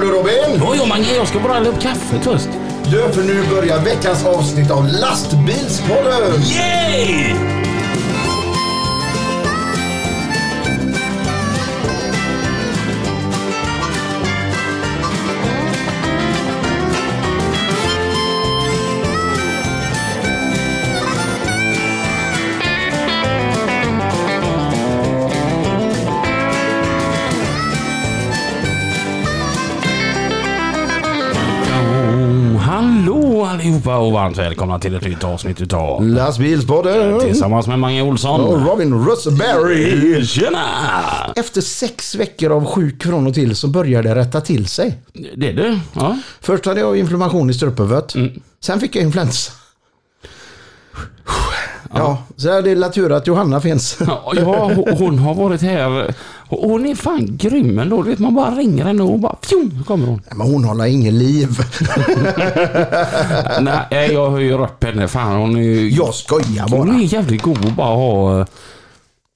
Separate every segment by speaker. Speaker 1: du Robin?
Speaker 2: Jo, jo, men jag ska bara hälla upp kaffe först.
Speaker 1: Du, för nu börjar veckans avsnitt av Lastbilspodden!
Speaker 2: Yay! Oh, hallå allihopa och varmt välkomna till ett nytt avsnitt utav
Speaker 1: Lastbilspodden!
Speaker 2: Tillsammans med Mange
Speaker 1: Och
Speaker 2: Olsson.
Speaker 1: Robin Russeberry!
Speaker 2: Tjena!
Speaker 1: Efter sex veckor av sjuk från och till så började det rätta till sig.
Speaker 2: Det är du. Ja.
Speaker 1: Först hade jag inflammation i struphuvud. Sen fick jag influensa. Ja, så det är la tur att Johanna finns.
Speaker 2: Ja, hon- hon har varit här. Hon är fan grym ändå. Du vet, man bara ringer henne och bara fjong, så kommer hon.
Speaker 1: Nej, Men hon håller ingen liv.
Speaker 2: Nej, jag höjer upp henne. Fan, hon är ju...
Speaker 1: Jag skojar
Speaker 2: Hon
Speaker 1: bara.
Speaker 2: är jävligt god att bara ha... eh,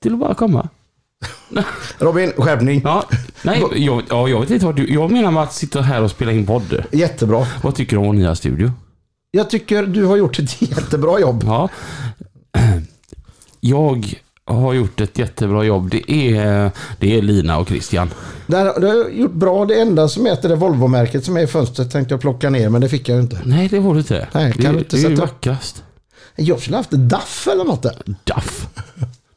Speaker 2: Till att bara komma.
Speaker 1: Robin, skärpning.
Speaker 2: Ja, nej, jag, ja, jag vet inte vad du... Jag menar med att sitta här och spela in podd.
Speaker 1: Jättebra.
Speaker 2: Vad tycker du om vår nya studio?
Speaker 1: Jag tycker du har gjort ett jättebra jobb.
Speaker 2: Ja. Jag har gjort ett jättebra jobb. Det är, det är Lina och Christian.
Speaker 1: Där, du har gjort bra. Det enda som heter det Volvo-märket som är i fönstret tänkte jag plocka ner, men det fick jag ju inte.
Speaker 2: Nej, det var det inte.
Speaker 1: Nej, kan
Speaker 2: det,
Speaker 1: du inte
Speaker 2: det är ju
Speaker 1: sätta-
Speaker 2: vackrast.
Speaker 1: Jag skulle haft ett daff eller något där.
Speaker 2: Daff.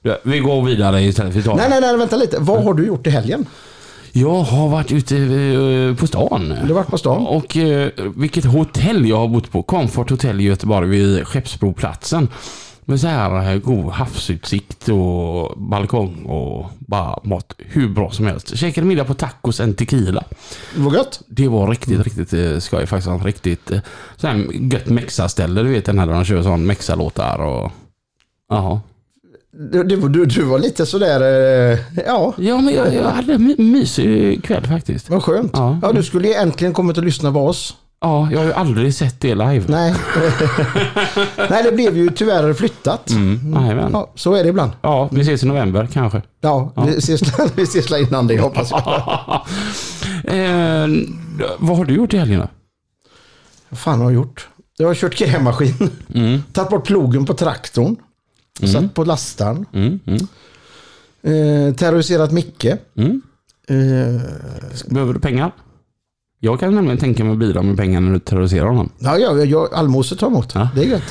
Speaker 2: Du, Vi går vidare istället för att ta
Speaker 1: Nej, nej, nej, vänta lite. Vad har du gjort i helgen?
Speaker 2: Jag har varit ute eh, på stan.
Speaker 1: Du har varit på stan.
Speaker 2: Och eh, vilket hotell jag har bott på. Comfort Hotel i Göteborg vid Skeppsbroplatsen. Med så här eh, god havsutsikt och balkong och bara mat hur bra som helst. Käkade middag på tacos en tequila.
Speaker 1: Det var gött.
Speaker 2: Det var riktigt, riktigt eh, skoj faktiskt. En Riktigt eh, så här gött mexa-ställe. Du vet den här där de kör sån mexa-låtar och... Jaha.
Speaker 1: Du, du, du, du var lite sådär, eh, ja.
Speaker 2: Ja men jag, jag hade en my- mysig kväll faktiskt.
Speaker 1: Vad skönt.
Speaker 2: Ja.
Speaker 1: Ja, du skulle ju äntligen kommit och lyssna på oss.
Speaker 2: Ja, jag har ju aldrig sett det live.
Speaker 1: Nej. Nej, det blev ju tyvärr flyttat.
Speaker 2: Mm. Nej, men.
Speaker 1: Ja, så är det ibland.
Speaker 2: Ja, vi ses i november kanske.
Speaker 1: Ja, vi ses, vi ses innan det hoppas jag.
Speaker 2: eh, vad har du gjort i helgen då?
Speaker 1: Vad fan har jag gjort? Jag har kört grävmaskin.
Speaker 2: Mm.
Speaker 1: Tagit bort plogen på traktorn. Satt på lastaren.
Speaker 2: Mm, mm,
Speaker 1: Eh, terroriserat Micke.
Speaker 2: mm.
Speaker 1: Eh,
Speaker 2: Behöver du pengar? Jag kan nämligen tänka mig att bidra med pengar när du terroriserar honom.
Speaker 1: ja, jag, jag, allmosor tar emot.
Speaker 2: Ja.
Speaker 1: Det är gött.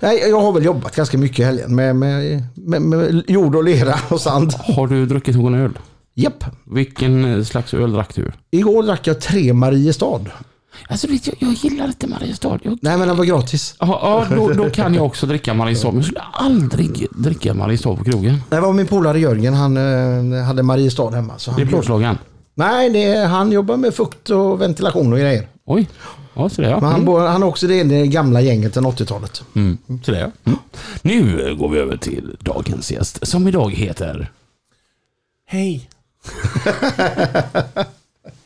Speaker 1: Nej, jag har väl jobbat ganska mycket i helgen med, med, med, med jord och lera och sand.
Speaker 2: Har du druckit någon öl?
Speaker 1: Japp.
Speaker 2: Vilken eh, slags öl drack du?
Speaker 1: Igår drack jag tre Mariestad.
Speaker 2: Alltså vet jag, jag gillar inte Mariestad. Jag...
Speaker 1: Nej, men den var gratis.
Speaker 2: Ja, ja då, då kan jag också dricka Mariestad. Men jag skulle aldrig dricka Mariestad på krogen.
Speaker 1: Det var min polare Jörgen. Han eh, hade Mariestad hemma. Så han
Speaker 2: Det är plåtslagan.
Speaker 1: Nej, det är, han jobbar med fukt och ventilation och grejer.
Speaker 2: Oj. Ja, så det ja.
Speaker 1: Men han, bor, han är också det, det gamla gänget från 80-talet.
Speaker 2: Mm. Så det, ja. mm. Nu går vi över till dagens gäst som idag heter...
Speaker 3: Hej!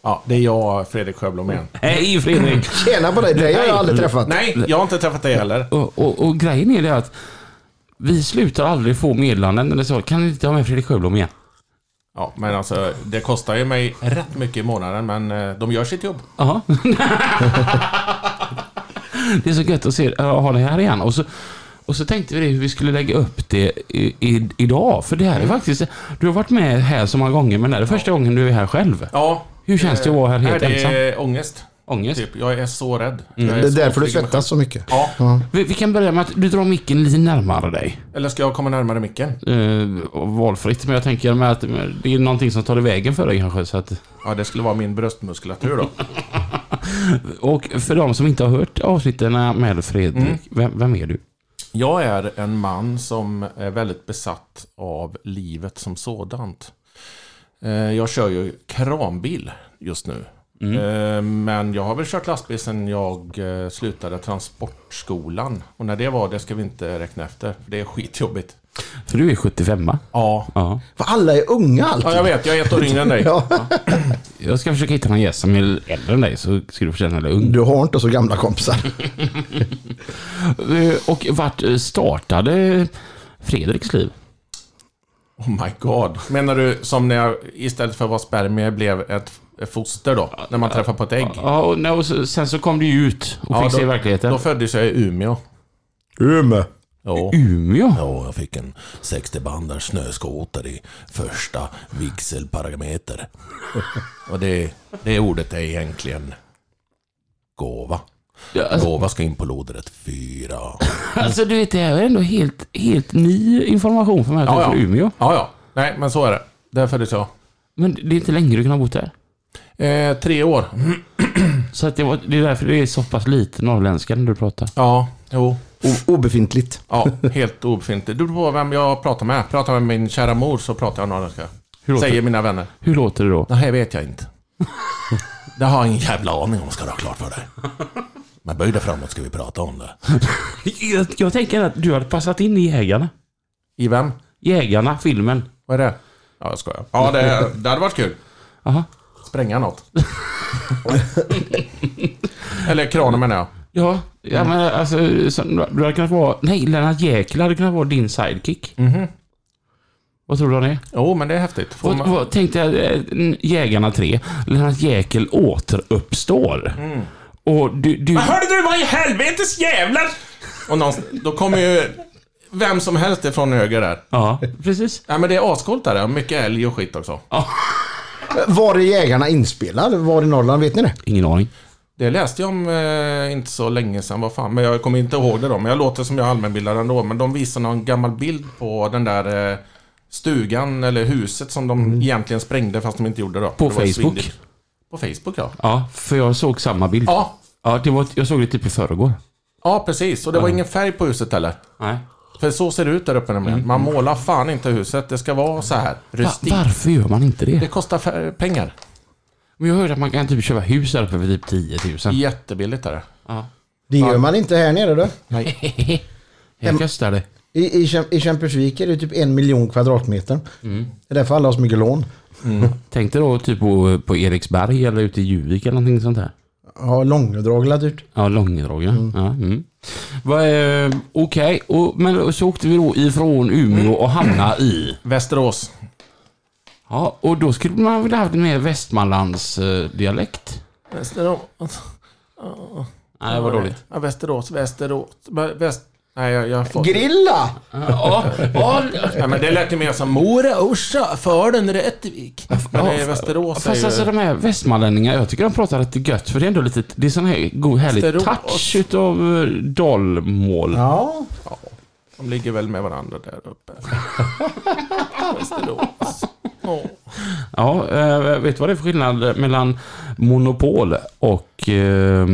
Speaker 3: ja, det är jag, Fredrik Sjöblom igen.
Speaker 2: Hej Fredrik!
Speaker 1: Tjena på dig, det har jag aldrig träffat.
Speaker 3: Nej, jag har inte träffat dig heller.
Speaker 2: Och, och, och grejen är det att vi slutar aldrig få meddelanden eller så. Kan ni inte ha med Fredrik Sjöblom igen?
Speaker 3: Ja, men alltså, det kostar ju mig rätt mycket i månaden, men eh, de gör sitt jobb.
Speaker 2: Ja. det är så gött att se, ja, ha det här igen. Och så, och så tänkte vi det, hur vi skulle lägga upp det i, i, idag. För det här är faktiskt... Du har varit med här så många gånger, men det här är första gången du är här själv.
Speaker 3: Ja.
Speaker 2: Hur känns det att vara här helt
Speaker 3: Nej,
Speaker 2: ensam?
Speaker 3: Det är ångest.
Speaker 2: Ångest?
Speaker 3: Typ, jag är så rädd.
Speaker 1: Mm. Det är därför du svettas så mycket.
Speaker 3: Ja,
Speaker 2: Vi, vi kan börja med att du drar micken lite närmare dig.
Speaker 3: eller ska jag komma närmare micken?
Speaker 2: Eh, och valfritt, men jag tänker med att det är någonting som tar i vägen för dig kanske. Så att,
Speaker 3: Ja, det skulle vara min bröstmuskulatur då.
Speaker 2: och för de som inte har hört avsnitten med Fredrik, vem, vem är du?
Speaker 3: Jag är en man som är väldigt besatt av livet som sådant. Eh, Jag kör ju kranbil just nu.
Speaker 2: Mm.
Speaker 3: Eh, Men jag har väl kört lastbil sedan jag eh, slutade transportskolan. Och när det var, det ska vi inte räkna efter. för Det är skitjobbigt.
Speaker 2: För du är 75
Speaker 3: Ja,
Speaker 2: Ja.
Speaker 1: För alla är unga
Speaker 3: ja
Speaker 1: alltid.
Speaker 3: jag vet. Jag är ett år yngre än dig.
Speaker 1: Ja.
Speaker 2: Jag ska försöka hitta någon gäst som är äldre än dig så ska du få känna dig ung.
Speaker 1: Du har inte så gamla kompisar.
Speaker 2: Eh, Och vart eh, startade Fredriks liv?
Speaker 3: Oh my god. Menar du som när jag istället för att vara spermie blev ett, ett foster då? När man träffar på ett ägg?
Speaker 2: Ja, och, nej, och så, sen så kom det ju ut och
Speaker 3: Ja,
Speaker 2: fick
Speaker 3: då-
Speaker 2: se verkligheten.
Speaker 3: Då föddes jag i Umeå.
Speaker 1: Umeå.
Speaker 3: Ja.
Speaker 2: Umeå?
Speaker 4: Ja, jag fick en 60-bandar snöskoter i första vigselparameter.
Speaker 3: Och det, det ordet är egentligen
Speaker 4: Gåva.
Speaker 2: Ja, alltså,
Speaker 4: Gåva ska in på lodrätt fyra.
Speaker 2: alltså du vet, det här är ändå helt, helt ny information för mig att
Speaker 3: Ja,
Speaker 2: du är från
Speaker 3: ja.
Speaker 2: Umeå.
Speaker 3: Ja, ja. Nej, men så är det. Där föddes jag.
Speaker 2: Men det är inte länge du kan ha bott där.
Speaker 3: Eh, tre år.
Speaker 2: Så att det, var, det är därför det är så pass lite norrländska när du pratar.
Speaker 3: Ja, jo.
Speaker 1: O- obefintligt.
Speaker 3: Ja, helt obefintligt. Du på vem jag pratar med. Pratar med min kära mor så pratar jag norrländska.
Speaker 2: Hur låter,
Speaker 3: Säger mina vänner.
Speaker 2: hur låter det då?
Speaker 3: Det här vet jag inte. Det har jag ingen jävla aning om.
Speaker 4: Aning om ska du ha klart för dig. Men böj dig framåt ska vi prata om det.
Speaker 2: Jag, jag tänker att du hade passat in i Jägarna.
Speaker 3: I vem?
Speaker 2: Jägarna, filmen.
Speaker 3: Vad är det? Ja, jag skojar. Ja, det, det hade varit kul.
Speaker 2: Aha.
Speaker 3: Spränga något. Eller kranen menar jag.
Speaker 2: Ja, ja men alltså, så, du hade kunnat vara... Nej, Lennart Jäkel hade kunnat vara din sidekick. Vad tror du han är?
Speaker 3: Jo, men det är häftigt. Mhm. Får
Speaker 2: Vad,
Speaker 3: man...
Speaker 2: vad, tänkte jag, eh, Jägarna 3, Lennart Jäkel återuppstår.
Speaker 3: Mm.
Speaker 2: Och du... du
Speaker 3: Hörde du vad i helvetes jävlar! Och någon, då kommer ju vem som helst ifrån höger där.
Speaker 2: ja, precis.
Speaker 3: Nej men det är ascoolt där. Mycket älg och skit också.
Speaker 1: Var är Jägarna inspelad? Var i Norrland? Vet ni det?
Speaker 2: Ingen aning.
Speaker 3: Det läste jag om eh, inte så länge sedan, vad fan. Men jag kommer inte ihåg det då. Men jag låter som jag är allmänbildad ändå. Men de visar någon gammal bild på den där eh, stugan eller huset som de egentligen sprängde fast de inte gjorde då.
Speaker 2: Mm. På
Speaker 3: Det var ju
Speaker 2: Facebook?
Speaker 3: svindyrt. På Facebook ja.
Speaker 2: Ja, för jag såg samma bild. Ja,
Speaker 3: Ja,
Speaker 2: det var, jag såg det typ i förrgår.
Speaker 3: ja precis. Och det var ingen färg på huset heller.
Speaker 2: Nej.
Speaker 3: För så ser det ut där uppe nämligen. Man målar fan inte huset. Det ska vara så här.
Speaker 2: Mm, Va,
Speaker 3: Rustikt.
Speaker 2: varför gör man inte
Speaker 3: Det
Speaker 2: det?
Speaker 3: kostar fär- pengar.
Speaker 2: Men jag hörde att man kan typ köpa hus här uppe för typ 10 000.
Speaker 3: Jättebilligt är det.
Speaker 1: Det gör man inte här nere då.
Speaker 2: Jag kostar det.
Speaker 1: I, i, Käm- I Kämpersvik är det typ en miljon kvadratmeter. Det är därför alla har så mycket lån.
Speaker 2: Tänk dig då typ på, på Eriksberg eller ute i Juvik eller någonting sånt där.
Speaker 1: Ja, långdragla dyrt.
Speaker 2: Ja, långdragna. Ja, mm. Va, eh, Okej, och- men så åkte vi då ifrån Umeå och hamnade i...
Speaker 3: Västerås.
Speaker 2: Ja, och då skulle man väl haft mer Västmanlands eh, dialekt.
Speaker 3: Västerås.
Speaker 2: Nej, det var dåligt.
Speaker 3: Ja, Västerås, Västerås. Vä- Väst... Nej, jag, jag får...
Speaker 1: Grilla!
Speaker 2: Ja, ja,
Speaker 3: Nej, men det lät ju mer som Mora, Orsa, Falun, Rättvik. Men det är Västerås är
Speaker 2: Fast alltså
Speaker 3: ju...
Speaker 2: de här västmanlänningarna, jag tycker de pratar rätt gött för det är ändå lite, det är sån här god härlig
Speaker 3: Västerås.
Speaker 2: touch utav eh, dalmål.
Speaker 1: Ja,
Speaker 3: De ligger väl med varandra där uppe. Västerås. Åh.
Speaker 2: Ja, eh, vet du vad det är för skillnad mellan Monopol och... Eh,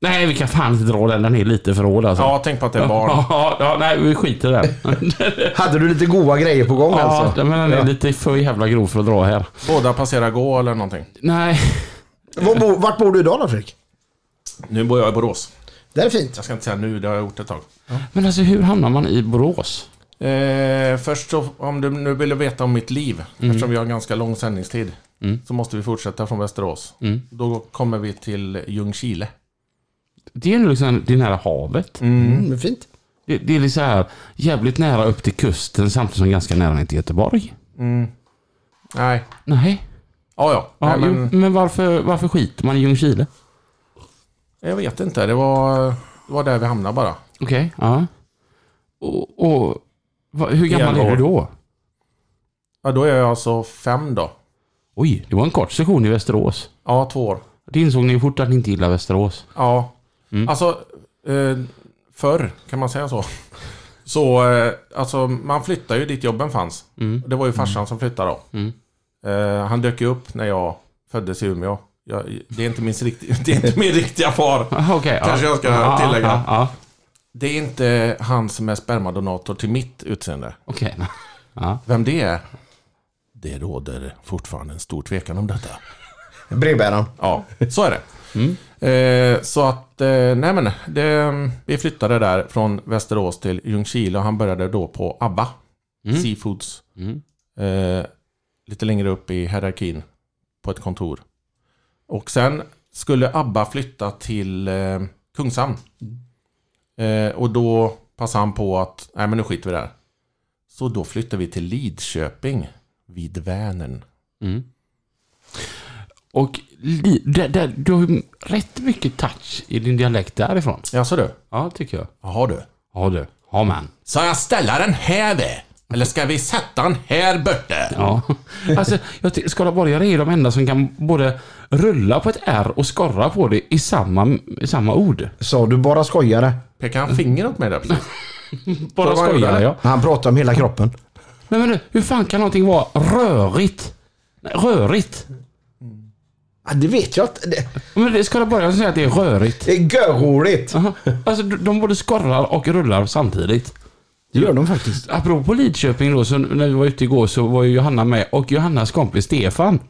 Speaker 2: nej, vi kan fan inte dra den. Den är lite för hård alltså.
Speaker 3: Ja, tänk på att det är barn.
Speaker 2: Ja, ja, nej, vi skiter i den.
Speaker 1: hade du lite goa grejer på gång
Speaker 2: ja,
Speaker 1: alltså?
Speaker 2: men den är lite för jävla grov för att dra här.
Speaker 3: Båda passerar gå eller någonting.
Speaker 2: Nej,
Speaker 1: Var, bo, vart bor du idag då Fredrik?
Speaker 3: Nu bor jag i Borås.
Speaker 1: Det är fint.
Speaker 3: Jag ska inte säga nu, det har jag gjort ett tag.
Speaker 2: men alltså hur hamnar man i Borås?
Speaker 3: Eh, först så, om du nu vill veta om mitt liv, eftersom vi har en ganska lång sändningstid, så måste vi fortsätta från Västerås. Då kommer vi till Ljungskile.
Speaker 2: Det är ju liksom, det är nära havet.
Speaker 1: Mm, det är fint.
Speaker 2: Det, det är liksom så här, jävligt nära upp till kusten samtidigt som ganska nära ner till Göteborg.
Speaker 3: Nej.
Speaker 2: Nej.
Speaker 3: Ja, ja.
Speaker 2: Mm. Ja,
Speaker 3: Nej, men,
Speaker 2: men, men varför, varför skiter man i Ljungskile?
Speaker 3: Jag vet inte. Det var, det var där vi hamnade bara.
Speaker 2: Okej. Ja. Och, och va, hur gammal
Speaker 3: Jävla
Speaker 2: är du
Speaker 3: år.
Speaker 2: då?
Speaker 3: Ja, då är jag alltså fem då.
Speaker 2: Oj, det var en kort session i Västerås.
Speaker 3: Ja, två år.
Speaker 2: Det insåg ni ju fort att ni inte gillar Västerås.
Speaker 3: Ja. Alltså, eh, förr, kan man säga så? Så, eh, alltså man flyttade ju dit jobben fanns. Det var ju farsan som flyttade då. Eh, han dök ju upp när jag föddes i Umeå. Jag, det, är inte min riktiga, det är inte min riktiga far.
Speaker 2: Aha, okej,
Speaker 3: Kanske jag ska
Speaker 2: Ja,
Speaker 3: tillägga.
Speaker 2: Ja, ja,
Speaker 3: Det är inte han som är spermadonator till mitt utseende.
Speaker 2: Okej. nej. Ja.
Speaker 3: Vem det är?
Speaker 4: Det råder fortfarande en stor tvekan om detta.
Speaker 1: Brevbäraren.
Speaker 3: Ja, så är det. Eh, så att, eh, nej men, det, vi flyttade där från Västerås till Ljungskile och han började då på ABBA, Seafoods. Eh, lite längre upp i hierarkin på ett kontor. Och sen skulle ABBA flytta till eh, Kungshamn. Eh, och då passade han på att, nej men nu skiter vi där. Så då flyttade vi till Lidköping vid Vänern.
Speaker 2: Och li, där, där, du har ju rätt mycket touch i din dialekt därifrån.
Speaker 3: Ja, så du?
Speaker 2: Ja, tycker jag.
Speaker 3: Jaha du.
Speaker 2: Ja du. Ja man.
Speaker 3: Ska jag ställa den här vid? Eller ska vi sätta den här borta?
Speaker 2: Ja. Alltså, jag tycker skaraborgare är de enda som kan både rulla på ett R och skorra på det i samma, i samma ord.
Speaker 1: Sa du bara skojare?
Speaker 3: Pekar han finger åt mig där precis?
Speaker 2: Bara
Speaker 3: vad är det?
Speaker 2: skojare ja.
Speaker 1: Han pratar om hela kroppen.
Speaker 2: Men, men du, hur fan kan någonting vara rörigt? Nej, Rörigt?
Speaker 1: Ja, det vet jag inte. Det-
Speaker 2: Men det är skaraborgare som säger att det är rörigt.
Speaker 1: Det är görroligt.
Speaker 2: Aha. Alltså de- de både skorrar och rullar samtidigt.
Speaker 1: Det gör de faktiskt.
Speaker 2: Apropå Lidköping då, så när vi var ute igår så var ju Johanna med och Johannas kompis Stefan.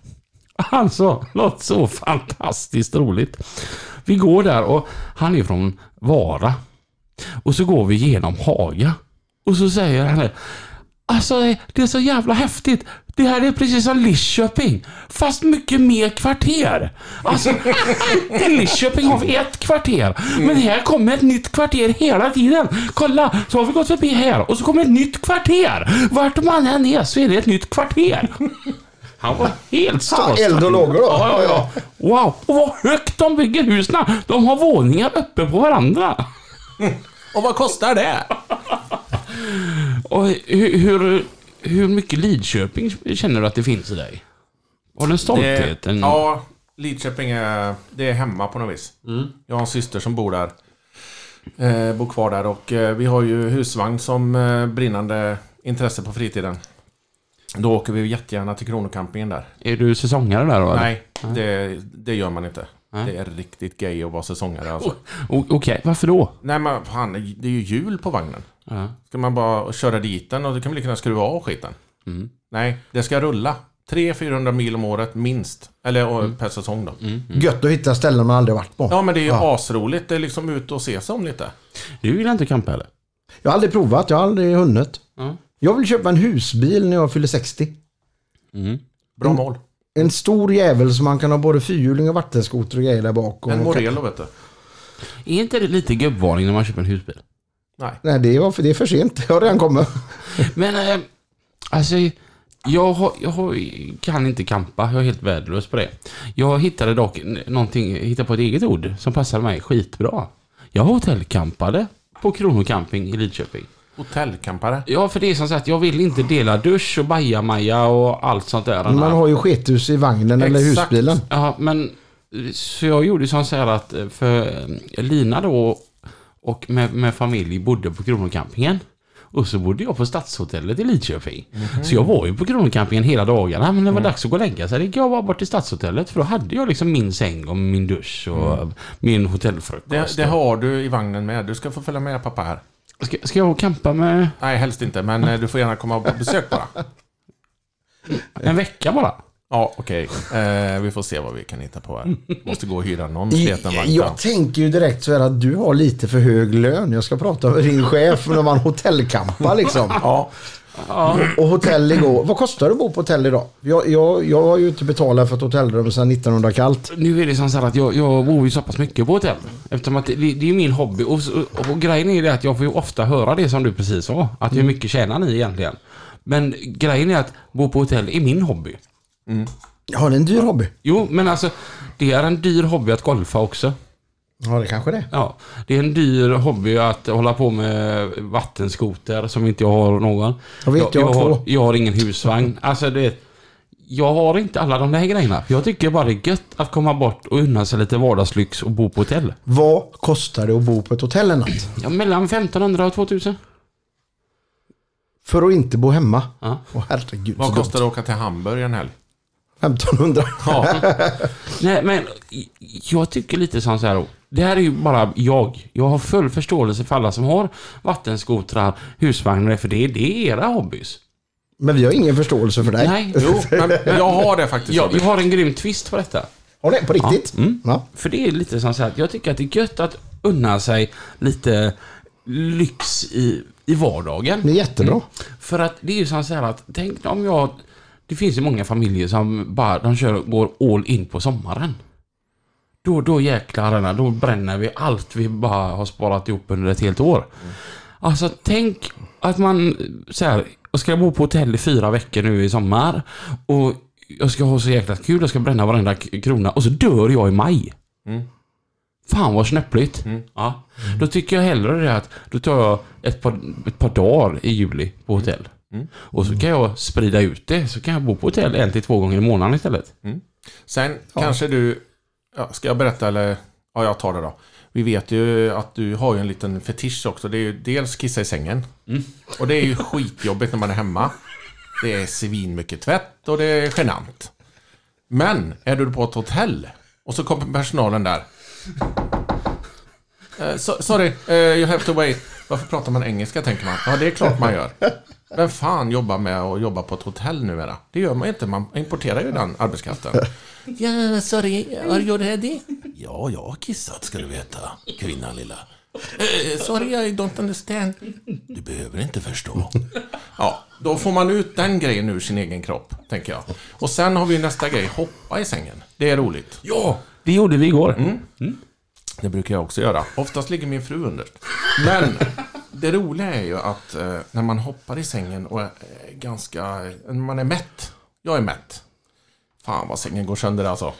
Speaker 2: Han sa något så fantastiskt roligt. Vi går där och han är från Vara. Och så går vi genom Haga. Och så säger han det. Alltså det är så jävla häftigt. Det här är precis som Lidköping. Fast mycket mer kvarter. Alltså i Lidköping har vi ett kvarter. Men här kommer ett nytt kvarter hela tiden. Kolla, så har vi gått förbi här och så kommer ett nytt kvarter. Vart man än är så är det ett nytt kvarter. Han var helt
Speaker 1: Ja,
Speaker 2: stålsatt.
Speaker 1: eld och lågor då.
Speaker 2: Ja, ja, ja. Wow, och vad högt de bygger husen. De har våningar uppe på varandra.
Speaker 3: Och vad kostar det?
Speaker 2: Och hur, hur, hur mycket Lidköping känner du att det finns i dig? Har du en stolthet? En...
Speaker 3: ja, Mm. Lidköping är, det är hemma på något vis. Jag har en syster som bor där. Eh, bor kvar där och eh, vi har ju husvagn som eh, brinnande intresse på fritiden. Då åker vi jättegärna till Kronocampingen där.
Speaker 2: Är du säsongare där då? eller?
Speaker 3: Nej, det, det gör man inte. Det är riktigt gay att vara säsongare alltså.
Speaker 2: O- Okej, varför då?
Speaker 3: Nej men fan, det är ju hjul på vagnen.
Speaker 2: Ja.
Speaker 3: Ska man bara köra dit den och då kan man lika gärna skruva av skiten. Nej, det ska rulla. 300-400 mil om året minst. Eller och per säsong då.
Speaker 1: Gött att hitta ställen man aldrig varit på.
Speaker 3: Ja men det är ju asroligt. Det är liksom ut och se sig om lite.
Speaker 2: Du vill inte campa heller?
Speaker 1: Jag har aldrig provat, jag har aldrig hunnit.
Speaker 2: Ja.
Speaker 1: Jag vill köpa en husbil när jag fyller 60.
Speaker 3: Bra
Speaker 1: Mm.
Speaker 3: mål.
Speaker 1: En stor jävel som man kan ha både fyrhjuling och vattenskoter och grejer där bak. Och
Speaker 3: En Morello vet du.
Speaker 2: Är inte det lite gubbvarning när man köper en husbil?
Speaker 3: Nej.
Speaker 1: Nej, det är, för, det är för sent. Jag har redan kommit.
Speaker 2: Men, eh, alltså, jag, har, jag har, kan inte campa. Jag är helt värdelös på det. Jag hittade dock n- någonting, hittade på ett eget ord som passar mig skitbra. Jag hotellcampade på Kronocamping i Lidköping.
Speaker 3: Hotellkampare.
Speaker 2: Ja, för det är som sagt, jag vill inte dela dusch och bajamaja och allt sånt där.
Speaker 1: Man har ju skethus i vagnen eller
Speaker 3: Exakt.
Speaker 1: husbilen.
Speaker 2: Ja, men så jag gjorde som så här att eh, för eh, Lina då och med, med familj bodde på Kronocampingen. Och så bodde jag på Stadshotellet i Lidköping.
Speaker 1: Mhm.
Speaker 2: Så jag var ju på Kronocampingen hela dagarna. Men när det
Speaker 1: Mm.
Speaker 2: var dags att gå och lägga sig, det gick jag bara bort till Stadshotellet. För då hade jag liksom min säng och min dusch och
Speaker 1: Mm.
Speaker 2: min
Speaker 3: Det,
Speaker 2: hotellfrukost.
Speaker 3: det har du i vagnen med. Du ska få följa med pappa här.
Speaker 2: Ska, ska jag campa med
Speaker 3: Nej, helst inte. Men eh, du får gärna komma på besök bara.
Speaker 2: en vecka bara?
Speaker 3: Ja, okej. Eh, vi får se vad vi kan hitta på här. Måste gå och hyra någon sleten vagn. fram.
Speaker 1: Jag tänker ju direkt så här att du har lite för hög lön. Jag ska prata med din chef när man hotellkampar liksom.
Speaker 3: Ja,
Speaker 1: Och hotell igår. Vad kostar det att bo på hotell idag? Jag, jag, jag har ju inte betalat för ett hotellrum sedan 1900 kallt.
Speaker 2: Nu är det som så här att jag, jag bor ju så pass mycket på hotell. Eftersom att det, det är ju min hobby. Och, så- och grejen är det att jag får ju ofta höra det som du precis sa. Att
Speaker 1: Mm.
Speaker 2: hur mycket tjänar ni egentligen? Men grejen är att bo på hotell är min hobby.
Speaker 1: Ja, det är en dyr hobby.
Speaker 2: Jo, men alltså det är en dyr hobby att golfa också.
Speaker 1: Ja, det kanske det är.
Speaker 2: Ja, det är en dyr hobby att hålla på med vattenskoter som inte jag har någon.
Speaker 1: Jag vet, jag har
Speaker 2: har,
Speaker 1: två.
Speaker 2: jag har ingen husvagn. Alltså det, jag har inte alla de där grejerna. Jag tycker bara det är gött att komma bort och unna sig lite vardagslyx och bo på hotell.
Speaker 1: Vad kostar det att bo på ett hotell en natt?
Speaker 2: Ja, mellan 1500 och 2000.
Speaker 1: För att inte bo hemma?
Speaker 2: Ja.
Speaker 1: Åh herregud.
Speaker 3: vad
Speaker 1: så
Speaker 3: kostar det att åka till Hamburg en helg?
Speaker 1: dumt. 1500.
Speaker 2: Nej, men jag tycker lite som så här. Det här är ju bara jag. Jag har full förståelse för alla som har vattenskotrar, husvagnar, för det, det är era hobbys.
Speaker 1: Men vi har ingen förståelse för dig.
Speaker 2: Nej.
Speaker 3: Jo, men jag har det faktiskt.
Speaker 2: Jag, jag har en grym twist på detta.
Speaker 1: Har det? På riktigt? Ja.
Speaker 3: Mm.
Speaker 2: För det är lite som så här, att jag tycker att det är gött att unna sig lite lyx i, i vardagen.
Speaker 1: Det är jättebra.
Speaker 2: För att det är ju som så här att, tänk om jag... Det finns ju många familjer som bara, de kör, går all in på sommaren. Då, då jäklar, då bränner vi allt vi bara har sparat ihop under ett helt år. Alltså tänk att man så här, jag ska bo på hotell i fyra veckor nu i sommar. Och jag ska ha så jäkla kul, jag ska bränna varenda k- krona. Och så dör jag i maj.
Speaker 3: Mm.
Speaker 2: Fan vad snöpligt. Ja. Då tycker jag hellre det att då tar jag ett par, ett par dagar i juli på hotell. Och så kan jag sprida ut det. Så kan jag bo på hotell en till två gånger i månaden istället.
Speaker 3: Sen kanske du... Ja, ska jag berätta eller? Ja, jag tar det då. Vi vet ju att du har ju en liten fetisch också. Det är ju dels kissa i sängen. Och det är ju skitjobbigt när man är hemma. Det är svin mycket tvätt och det är genant. Men är du på ett hotell och så kommer personalen där. Eh, so, sorry, eh, you have to wait. Varför pratar man engelska tänker man? Ja, det är klart man gör. Vem fan jobbar med att jobba på ett hotell numera? Det gör man inte, man importerar ju den arbetskraften. Ja, sorry, are you ready?
Speaker 4: Ja, jag har kissat ska du veta, kvinnan lilla.
Speaker 3: Eh, sorry, I don't understand.
Speaker 4: Du behöver inte förstå.
Speaker 3: Ja, då får man ut den grejen ur sin egen kropp, tänker jag. Och sen har vi nästa grej, hoppa i sängen. Det är roligt.
Speaker 2: Ja, det gjorde vi igår.
Speaker 3: Det brukar jag också göra. Oftast ligger min fru underst. Men det roliga är ju att eh, när man hoppar i sängen och är eh, ganska... När man är mätt. Jag är mätt. Fan vad sängen går sönder alltså.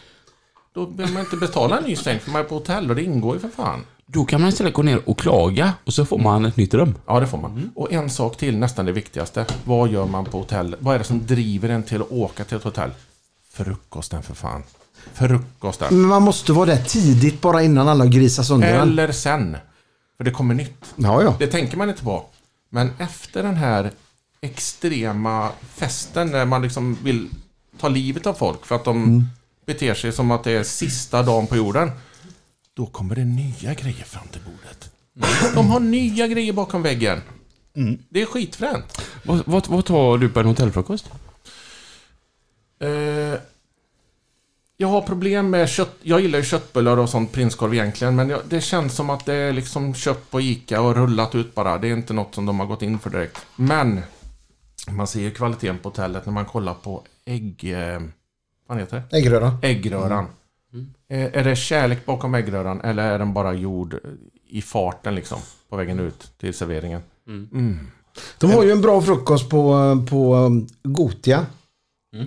Speaker 3: Då behöver man inte betala en ny säng för man är på hotell och det ingår ju för fan.
Speaker 2: Då kan man istället gå ner och klaga och så får man ett nytt rum.
Speaker 3: Ja, det får man. Och en sak till, nästan det viktigaste. Vad gör man på hotell? Vad är det som driver en till att åka till ett hotell? Frukosten för fan. Frukosten.
Speaker 1: Men man måste vara där tidigt bara innan alla grisar sönder den.
Speaker 3: Eller sen. För det kommer nytt.
Speaker 1: Ja, ja.
Speaker 3: Det tänker man inte på. Men efter den här extrema festen när man liksom vill ta livet av folk för att de beter sig som att det är sista dagen på jorden. Då kommer det nya grejer fram till bordet. De har nya grejer bakom väggen. Det är skitfränt.
Speaker 2: Vad, vad, vad tar du på en hotellfrukost?
Speaker 3: Eh, jag har problem med kött. Jag gillar ju köttbullar och sånt prinskorv egentligen. Men jag, det känns som att det är liksom kött på Ica och rullat ut bara. Det är inte något som de har gått in för direkt. Men man ser ju kvaliteten på hotellet när man kollar på ägg... Eh, vad heter det?
Speaker 1: Äggröra.
Speaker 3: Äggröran. Eh, är det kärlek bakom äggröran eller är den bara gjord eh, i farten liksom? På vägen ut till serveringen.
Speaker 1: De har ju en bra frukost på, på um, Gotia. Eh,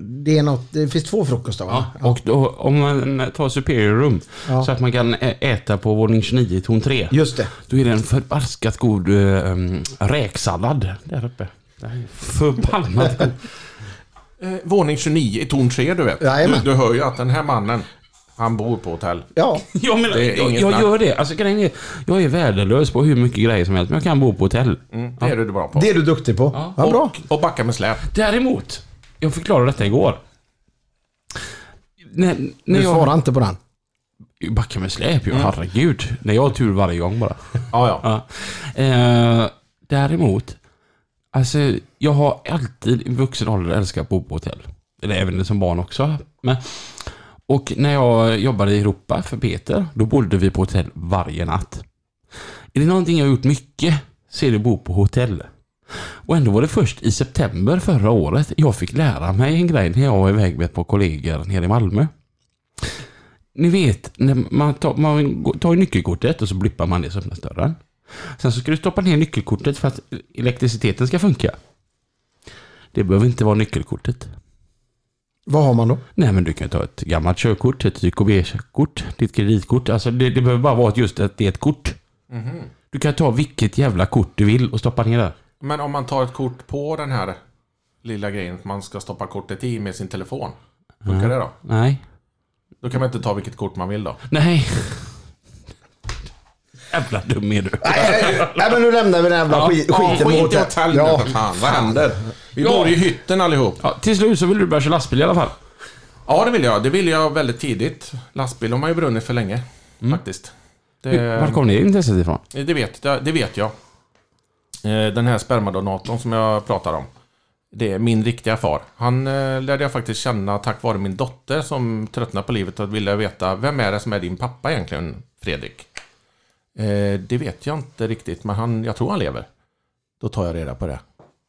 Speaker 1: Det, är något, det finns två frukostar va?
Speaker 2: Och då, om man tar Superior Room
Speaker 1: Ja.
Speaker 2: så att man kan ä- äta på våning 29 i ton 3.
Speaker 1: Just det.
Speaker 2: Då är det en förbaskat god äh, räksallad där uppe. Det är Förbannat god.
Speaker 3: Eh, våning 29 i torn 3 du vet. Du,
Speaker 1: Jajamän.
Speaker 3: du hör ju att den här mannen, han bor på hotell.
Speaker 1: Ja.
Speaker 2: Jag, menar,
Speaker 3: Det är
Speaker 2: jag,
Speaker 3: inget
Speaker 2: jag
Speaker 3: snack.
Speaker 2: gör det. Alltså, grejen är, jag är värdelös på hur mycket grejer som helst, men jag kan bo på hotell.
Speaker 3: Mm, det är du bra på.
Speaker 1: Det är du duktig på. Ja, bra.
Speaker 3: Och, och backa med släp.
Speaker 2: Däremot, jag förklarade detta igår. När, när
Speaker 1: Du
Speaker 2: jag
Speaker 1: svarar Mm. inte på den.
Speaker 2: backar med släp, ju, herregud. När jag har tur varje gång bara.
Speaker 3: Ja, ja.
Speaker 2: Ja. Eh, däremot, alltså jag har alltid i vuxen ålder älskat att bo på hotell. Eller även som barn också. Men, och när jag jobbade i Europa för Peter, då bodde vi på hotell varje natt. Är det någonting jag har gjort mycket så är det att bo på hotell. Och ändå var det först i september förra året jag fick lära mig en grej när jag var iväg med ett par kollegor nere i Malmö. Ni vet, när man tar, man tar ju nyckelkortet och så blippar man det så öppnas dörren. Sen så ska du stoppa ner nyckelkortet för att elektriciteten ska funka. Det behöver inte vara nyckelkortet.
Speaker 1: Vad har man då?
Speaker 2: Nej men du kan ta ett gammalt körkort, ett YKB-kort, ditt kreditkort. Alltså det, det behöver bara vara just att det är ett kort. Du kan ta vilket jävla kort du vill och stoppa ner där.
Speaker 3: Men om man tar ett kort på den här lilla grejen man ska stoppa kortet i med sin telefon. Funkar det då?
Speaker 2: Nej.
Speaker 3: Då kan man inte ta vilket kort man vill då.
Speaker 2: Nej. Jävla dum är du.
Speaker 1: Nej men nu lämnar vi den jävla skit, skiten med
Speaker 3: Skit i
Speaker 1: hotell.
Speaker 3: hotell nu
Speaker 1: Ja.
Speaker 3: för fan. Vad händer? Vi bor i hytten allihop.
Speaker 2: Ja, till slut så vill du börja köra lastbil i alla fall.
Speaker 3: Ja, det vill jag. Det ville jag väldigt tidigt. Lastbil har man ju brunnit för länge. Faktiskt. Det-
Speaker 2: Var kom det intresset ifrån?
Speaker 3: Eh, Det vet, det, det vet jag. Eh, Den här spermadonatorn som jag pratar om. Det är min riktiga far. Han eh, lärde jag faktiskt känna tack vare min dotter som tröttnade på livet och ville veta vem är det som är din pappa egentligen, Fredrik? Eh, Det vet jag inte riktigt, men han, jag tror han lever. Då tar jag reda på det.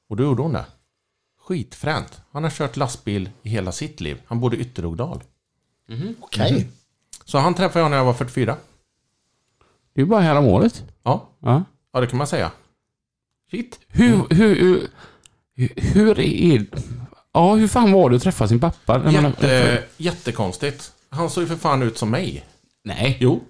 Speaker 3: Och då gjorde hon det. Skitfränt. Han har kört lastbil i hela sitt liv. Han bodde i Ytterhogdal.
Speaker 1: Okej.
Speaker 3: Så han träffade jag när jag var 44.
Speaker 2: Det är ju bara häromåret.
Speaker 3: Ja,
Speaker 2: Ja.
Speaker 3: ja det kan man säga.
Speaker 2: Shit. Hur, hur, hur, hur är... Ja, hur fan var det att träffa sin pappa? Jag menar,
Speaker 3: Jätte, jättekonstigt. Han såg ju för fan ut som mig.
Speaker 2: nej.
Speaker 3: Jo.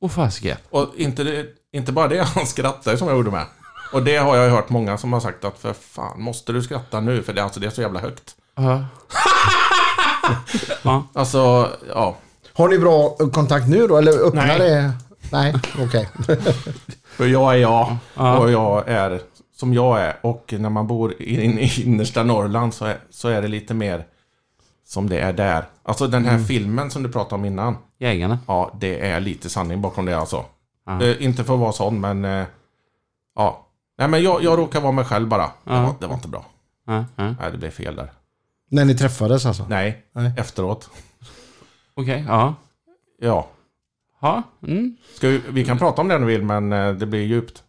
Speaker 2: Åh fasiken.
Speaker 3: Och inte, det- inte bara det, han skrattade som jag gjorde med. Och det har jag ju hört många som har sagt att för fan, måste du skratta nu? För det, alltså, det är så jävla högt.
Speaker 2: Ja. ja.
Speaker 3: Alltså, ja.
Speaker 1: Har ni bra kontakt nu då? Eller öppnar
Speaker 3: Nej.
Speaker 1: det? Nej, okej.
Speaker 3: För jag är jag
Speaker 2: Ja.
Speaker 3: och jag är som jag är. Och när man bor i, in- i innersta Norrland så är, så är det lite mer som det är där. Alltså den här filmen som du pratade om innan.
Speaker 2: Jägarna.
Speaker 3: Ja, det är lite sanning bakom det alltså.
Speaker 2: Ja.
Speaker 3: Eh, inte för att vara sån, men... Eh, ja. Nej, men jag, jag råkar vara mig själv bara. Det,
Speaker 2: Ja.
Speaker 3: var, det var inte bra.
Speaker 2: Ja, ja.
Speaker 3: Nej, det blev fel där.
Speaker 1: När ni träffades alltså?
Speaker 3: Nej,
Speaker 1: Nej.
Speaker 3: efteråt.
Speaker 2: Okej, ja.
Speaker 3: Ja.
Speaker 2: Ja, mm.
Speaker 3: Ska vi, vi kan prata om det om du vill, men eh, det blir djupt.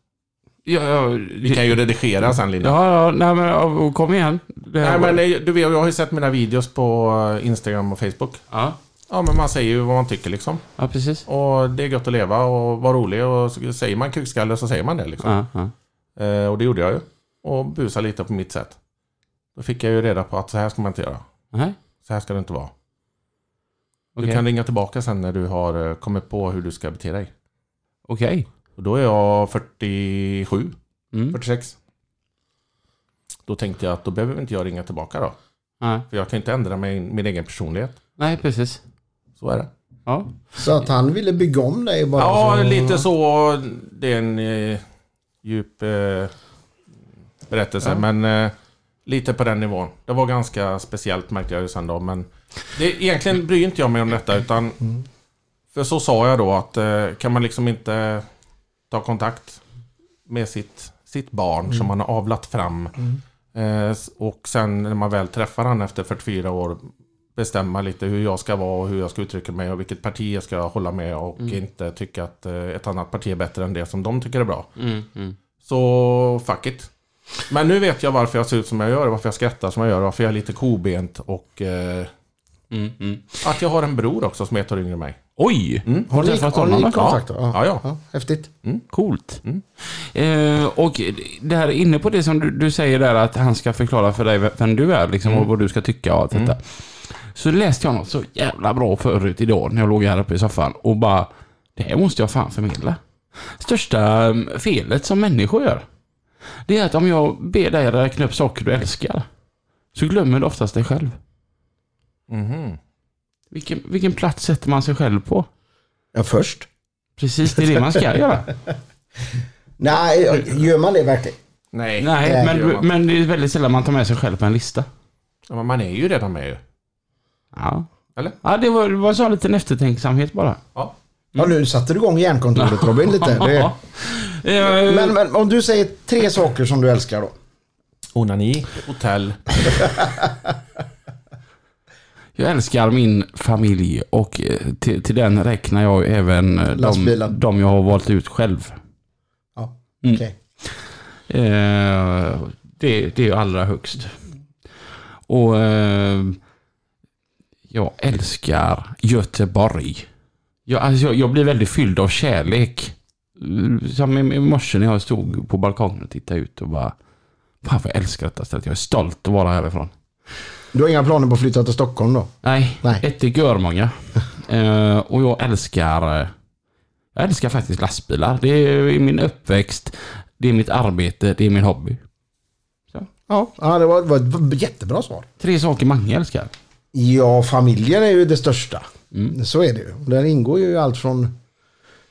Speaker 2: ja, ja,
Speaker 3: Vi kan ju redigera sen, Linda.
Speaker 2: ja, ja, nej men ja, kom igen. Det här
Speaker 3: Nej,
Speaker 2: var-
Speaker 3: men eh, du vet, jag har ju sett mina videos på eh, Instagram och Facebook.
Speaker 2: ja,
Speaker 3: Ja, men man säger ju vad man tycker liksom.
Speaker 2: ja, precis.
Speaker 3: Och det är gött att leva och vara rolig. Och så säger man kukskalle så säger man det liksom.
Speaker 2: Ja, ja.
Speaker 3: Eh, och det gjorde jag ju. Och busade lite på mitt sätt. Då fick jag ju reda på att så här ska man inte göra.
Speaker 2: Nej,
Speaker 3: Så här ska det inte vara. Du
Speaker 2: Okej.
Speaker 3: kan ringa tillbaka sen när du har eh, kommit på hur du ska bete dig.
Speaker 2: okej.
Speaker 3: Och då är jag 47,
Speaker 2: Mm.
Speaker 3: 46. Då tänkte jag att då behöver inte jag ringa tillbaka då.
Speaker 2: Ja.
Speaker 3: För jag kan inte ändra min, min egen personlighet.
Speaker 2: Nej, precis.
Speaker 3: Så är det.
Speaker 2: Ja.
Speaker 1: Så att han ville bygga om dig bara?
Speaker 3: Ja,
Speaker 1: så-
Speaker 3: lite så. Det är en eh, djup eh, berättelse, men eh, lite på den nivån. Det var ganska speciellt märkte jag ju sen då, men det, egentligen bryr inte jag mig om detta, utan
Speaker 1: Mm.
Speaker 3: för så sa jag då att eh, kan man liksom inte ta kontakt med sitt, sitt barn
Speaker 1: Mm.
Speaker 3: som man har avlat fram eh, s- och sen när man väl träffar han efter 44 år bestämma lite hur jag ska vara och hur jag ska uttrycka mig och vilket parti jag ska hålla med och inte tycka att eh, ett annat parti är bättre än det som de tycker är bra.
Speaker 2: Mm, mm.
Speaker 3: Så fuck it. Men nu vet jag varför jag ser ut som jag gör, varför jag skrattar som jag gör, varför jag är lite kobent och eh,
Speaker 2: Mm, mm.
Speaker 3: att jag har en bror också som är ett år yngre än mig.
Speaker 2: Oj!
Speaker 1: Har ni,
Speaker 2: träffat
Speaker 1: har ni
Speaker 2: honom då?
Speaker 1: kontakt då?
Speaker 3: Ja, ja.
Speaker 1: ja. Häftigt.
Speaker 2: Coolt.
Speaker 3: Mm.
Speaker 2: Eh, och där inne på det som du, du säger där att han ska förklara för dig v- vem du är liksom,
Speaker 3: Mm.
Speaker 2: och vad du ska tycka och allt detta. Så läste jag något så jävla bra förut idag när jag låg här uppe i soffan och bara Det här måste jag fan förmedla. Största mm, felet som människor gör. Det är att om jag ber dig räkna upp saker du älskar. Så glömmer du oftast dig själv.
Speaker 3: Mhm.
Speaker 2: Vilken, vilken plats sätter man sig själv på?
Speaker 1: Ja, först.
Speaker 2: Precis, det är det man ska göra.
Speaker 1: Nej, gör man det verkligen?
Speaker 3: Nej,
Speaker 2: Nej,
Speaker 3: det gör
Speaker 2: men,
Speaker 3: man.
Speaker 2: men det är väldigt sällan man tar med sig själv på en lista.
Speaker 3: Ja, men man är ju redan med ju.
Speaker 2: Ja.
Speaker 3: Eller?
Speaker 2: Ja, det var, det var så en liten eftertänksamhet bara.
Speaker 3: Ja.
Speaker 1: Ja, nu satte du igång hjärnkontoret Robin lite. Det...
Speaker 2: Ja. Eh,
Speaker 1: Men, men om du säger tre saker som du älskar då?
Speaker 3: Onani, hotell.
Speaker 2: Jag älskar min familj och eh, till, till den räknar jag även eh, de,
Speaker 1: Lastbilen.
Speaker 2: de jag har valt ut själv.
Speaker 1: Ja,
Speaker 2: Mm.
Speaker 1: okej.
Speaker 2: Eh, det, det är ju allra högst. Och eh, jag älskar Göteborg. Jag, alltså, jag, jag blir väldigt fylld av kärlek. Eh, Som i, i morse när jag stod på balkongen och tittade ut och bara Fan vad jag älskar detta stället. Jag är stolt att vara härifrån.
Speaker 1: Du har inga planer på att flytta till Stockholm då?
Speaker 2: Nej,
Speaker 1: Nej.
Speaker 2: inte görmånga. Eh, och jag älskar eh, Jag älskar faktiskt lastbilar. Det är min uppväxt. Det är mitt arbete. Det är min hobby.
Speaker 1: Ja, ja det var, var ett jättebra svar.
Speaker 2: Tre saker Mange älskar.
Speaker 1: Ja, familjen är ju det största.
Speaker 2: Mm.
Speaker 1: Så är det ju. Där ingår ju allt från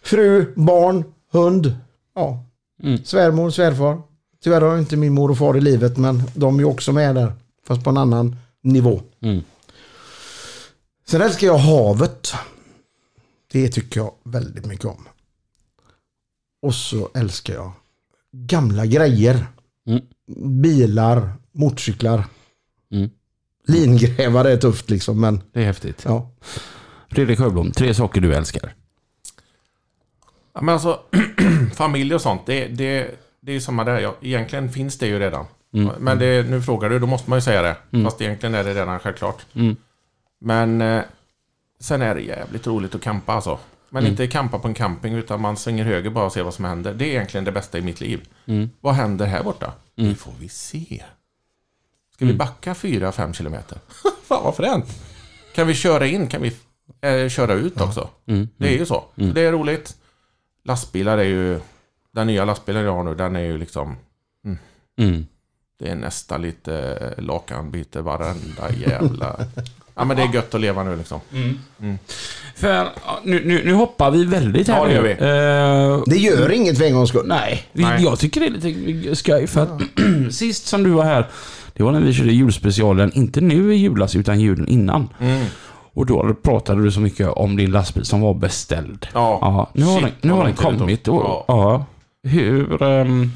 Speaker 1: fru, barn, hund, ja.
Speaker 2: Mm.
Speaker 1: svärmor, svärfar. Tyvärr har jag inte min mor och far i livet, men de är ju också med där. Fast på en annan nivå.
Speaker 2: Mm.
Speaker 1: Sen älskar jag havet. Det tycker jag väldigt mycket om. Och så älskar jag gamla grejer.
Speaker 2: Mm.
Speaker 1: Bilar, motorcyklar.
Speaker 2: Mm.
Speaker 1: Lingrävare är tufft liksom, men
Speaker 2: Det är häftigt.
Speaker 1: ja.
Speaker 2: Fredrik Sjöblom, tre saker du älskar.
Speaker 3: Ja, men alltså, familj och sånt, det, det, det är ju samma där. Ja, egentligen finns det ju redan. Men det, nu frågar du, då måste man ju säga det. Fast egentligen är det redan självklart. Men eh, sen är det jävligt roligt att campa alltså. Men inte campa på en camping utan man svänger höger bara och ser vad som händer. Det är egentligen det bästa i mitt liv. Vad händer här borta? Det får vi se. Ska vi backa 4-5 kilometer? Fan vad fränt! Kan vi köra in? Kan vi eh, köra ut också? Det är ju så. Det är roligt. Lastbilar är ju... Den nya lastbilen jag har nu, den är ju liksom...
Speaker 2: Mm.
Speaker 3: Det är nästan lite eh, lakanbyte varenda jävla... Ja men det är gött att leva nu liksom.
Speaker 2: För ja, nu, nu, nu hoppar vi väldigt här Eh,
Speaker 3: Ja, det gör vi.
Speaker 2: vi.
Speaker 1: Det gör inget för en gångs skull.
Speaker 2: Nej, vi,
Speaker 3: Nej.
Speaker 2: jag tycker det är lite skoj för att sist som du var här, det var när vi körde julspecialen, inte nu i julas utan julen innan.
Speaker 3: Mm.
Speaker 2: Och då pratade du så mycket om din lastbil som var beställd.
Speaker 3: Ja.
Speaker 2: nu har
Speaker 3: Shit,
Speaker 2: den, nu
Speaker 3: vad
Speaker 2: har den
Speaker 3: lång tid det tog.
Speaker 2: kommit. Och, ja.
Speaker 3: Ja.
Speaker 2: Hur, ehm,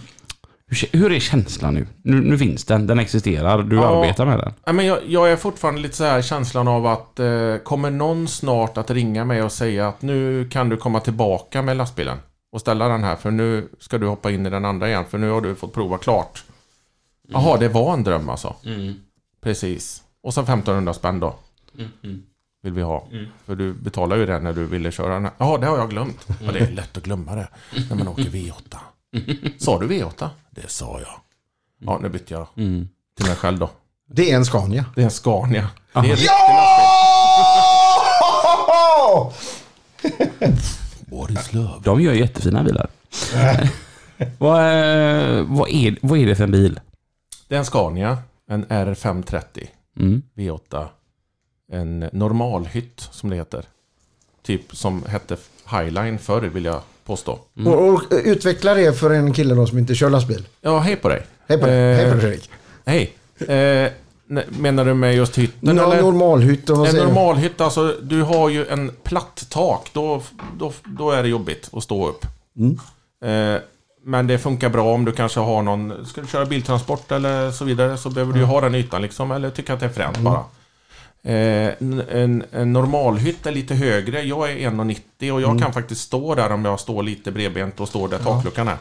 Speaker 2: hur, kä- hur är känslan nu? nu? Nu finns den, den existerar, du
Speaker 3: Ja.
Speaker 2: arbetar med den.
Speaker 3: Ja, men jag, jag är fortfarande lite så här känslan av att eh, kommer någon snart att ringa mig och säga att nu kan du komma tillbaka med lastbilen och ställa den här för nu ska du hoppa in i den andra igen för nu har du fått prova klart. Jaha,
Speaker 4: Mm.
Speaker 3: det var en dröm alltså. Precis. Och så 1500 spänn då.
Speaker 4: Mm,
Speaker 3: Vill vi ha. För du betalar ju det när du ville köra den här. Jaha, det har jag glömt.
Speaker 4: Ja, det är lätt att glömma det när man åker V8.
Speaker 3: Sa du V8?
Speaker 4: Det sa jag. Mm.
Speaker 3: Ja, nu bytte jag till mig själv då.
Speaker 1: Det är en Scania.
Speaker 3: Det är en Scania. Det är en riktig
Speaker 1: Ja!
Speaker 4: Borislöv.
Speaker 2: De gör jättefina bilar. vad, eh, vad, är, vad är det för en bil?
Speaker 3: Det är en Scania, en R530
Speaker 2: Mm.
Speaker 3: V8. En normalhytt som det heter. Typ som hette Highline förr vill jag påstå.
Speaker 1: Mm. Och, och eh, utveckla det för en kille då som inte kör lastbil.
Speaker 3: Ja, hej på dig.
Speaker 1: Hej på dig.
Speaker 3: Eh,
Speaker 1: Hej på dig Fredrik.
Speaker 3: Hej. Eh, ne- menar du med just hytten
Speaker 1: Nå-
Speaker 3: eller?
Speaker 1: Normalhytt och vad
Speaker 3: en
Speaker 1: säger du?
Speaker 3: normalhytt, alltså du har ju en platt tak. Då, då, då är det jobbigt att stå upp. Eh, men det funkar bra om du kanske har någon, ska du köra biltransport eller så vidare så behöver du ju ha den ytan liksom eller tycka att det är fränt bara. Eh, en, en, en normalhytt är lite högre, jag är 1,90 och jag kan faktiskt stå där om jag står lite bredbent och står där takluckan är.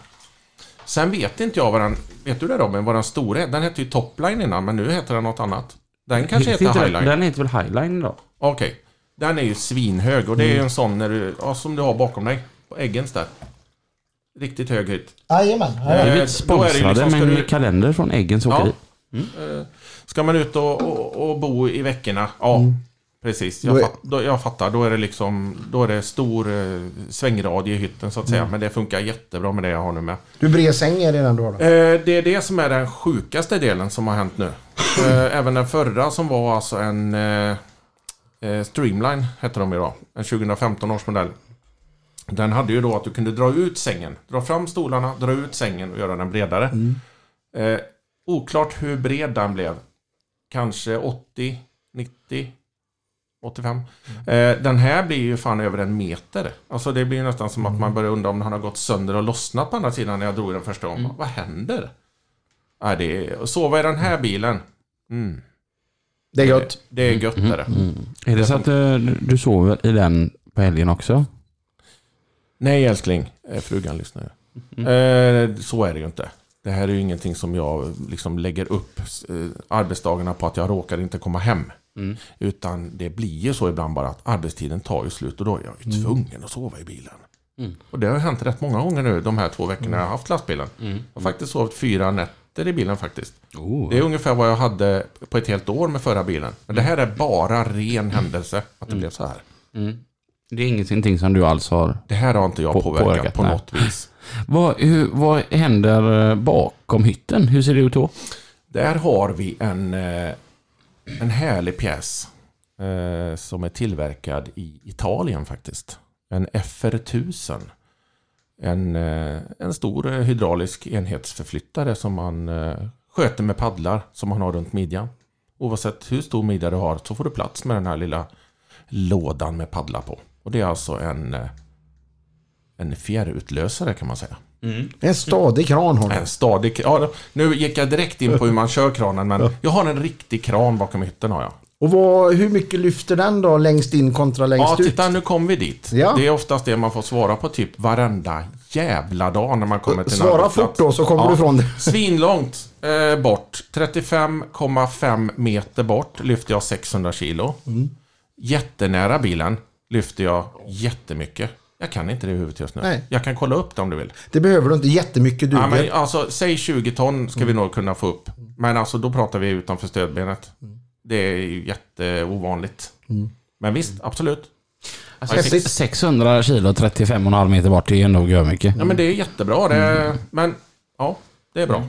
Speaker 3: Sen vet inte jag vad den, vet du det Robin, vad den stora är? Den hette ju Topline innan men nu heter den något annat. Den kanske heter
Speaker 2: Heter den-
Speaker 3: Highline.
Speaker 2: Den heter väl Highline då?
Speaker 3: Okej. Den är ju svinhög och det är ju en sån när du, ja, som du har bakom dig. På Eggens där. Riktigt hög hytt.
Speaker 1: Jajamän.
Speaker 2: Vi
Speaker 3: Eh,
Speaker 2: är
Speaker 3: då är det ju
Speaker 2: sponsrade
Speaker 3: liksom, ska
Speaker 2: med en
Speaker 3: du-
Speaker 2: kalender från Eggens
Speaker 3: Ja.
Speaker 2: Åkeri.
Speaker 3: Eh, Ska man ut och, och, och bo i veckorna? Ja, precis. Jag,
Speaker 1: Då är-
Speaker 3: fatt, då, jag fattar. Då är det liksom, då är det stor eh, svängradie i hytten så att säga. Men det funkar jättebra med det jag har nu med.
Speaker 1: Du bred sängen redan då? då.
Speaker 3: Eh, det är det som är den sjukaste delen som har hänt nu. Eh, även den förra som var alltså en eh, eh, Streamline hette de idag. En 2015 års modell. Den hade ju då att du kunde dra ut sängen. Dra fram stolarna, dra ut sängen och göra den bredare. Eh, oklart hur bred den blev. Kanske 80, 90, 85. Eh, den här blir ju fan över en meter. Alltså det blir ju nästan som att man börjar undra om den har gått sönder och lossnat på andra sidan när jag drog den första gången. Vad händer? Äh, det är, att sova i den här bilen. Mm.
Speaker 1: Det är gött.
Speaker 3: Det, det är gött är det.
Speaker 2: Är det så att eh, du sover i den på helgen också?
Speaker 3: Nej älskling, Eh, frugan lyssnar ju.
Speaker 2: Mm.
Speaker 3: Eh, så är det ju inte. Det här är ju ingenting som jag liksom lägger upp eh, arbetsdagarna på att jag råkar inte komma hem.
Speaker 2: Mm.
Speaker 3: Utan det blir ju så ibland bara att arbetstiden tar ju slut och då är jag ju
Speaker 2: Mm.
Speaker 3: tvungen att sova i bilen. Och det har hänt rätt många gånger nu de här två
Speaker 2: Mm.
Speaker 3: veckorna jag har haft lastbilen. Jag har faktiskt sovit fyra nätter i bilen faktiskt.
Speaker 2: Oh.
Speaker 3: Det är ungefär vad jag hade på ett helt år med förra bilen. Men det här är bara
Speaker 2: Mm.
Speaker 3: ren händelse att det blev så här.
Speaker 2: Det är ingenting som du alls har.
Speaker 3: Det här har inte jag
Speaker 2: På-
Speaker 3: påverkat,
Speaker 2: påverkat,
Speaker 3: på
Speaker 2: nej.
Speaker 3: något vis.
Speaker 2: Vad, hur, vad händer eh, bakom hytten? Hur ser det ut då?
Speaker 3: Där har vi en, eh, en härlig pjäs eh, som är tillverkad i Italien faktiskt. En FR1000. En, eh, en stor eh, hydraulisk enhetsförflyttare som man eh, sköter med paddlar som man har runt midjan. Oavsett hur stor midja du har så får du plats med den här lilla lådan med paddlar på. Och det är alltså en, eh, en fjärrutlösare kan man säga.
Speaker 1: En stadig kran har du.
Speaker 3: En stadig kran. Ja, nu gick jag direkt in på hur man kör kranen, men jag har en riktig kran bakom hytten har jag.
Speaker 1: Och vad, hur mycket lyfter den då längst in kontra längst
Speaker 3: Ja,
Speaker 1: ut?
Speaker 3: titta nu kom vi dit.
Speaker 1: Ja.
Speaker 3: Det är oftast det man får svara på typ varenda jävla dag när man kommer till en
Speaker 1: Svara
Speaker 3: arbetsplats.
Speaker 1: fort då så kommer du ifrån det.
Speaker 3: Svinlångt eh, bort. 35,5 meter bort lyfter
Speaker 1: Mm.
Speaker 3: jag 600 kilo. Jättenära bilen lyfter jag jättemycket. Jag kan inte det i huvudet just nu.
Speaker 1: Nej.
Speaker 3: Jag kan kolla upp det om du vill.
Speaker 1: Det behöver du inte jättemycket
Speaker 3: Ja, men,
Speaker 1: duger.
Speaker 3: alltså, säg 20 ton ska
Speaker 2: Mm.
Speaker 3: vi nog kunna få upp. Men alltså, då pratar vi utanför stödbenet.
Speaker 2: Mm.
Speaker 3: Det är ju jätteovanligt.
Speaker 1: Mm.
Speaker 3: Men visst,
Speaker 2: Mm.
Speaker 3: absolut.
Speaker 2: Alltså,
Speaker 3: Häftigt.
Speaker 2: sex- 600 kilo 35,5 meter bort, det är ju ändå görmycket.
Speaker 3: Ja, men det är jättebra. Det är,
Speaker 2: Mm.
Speaker 3: Men ja, det är bra.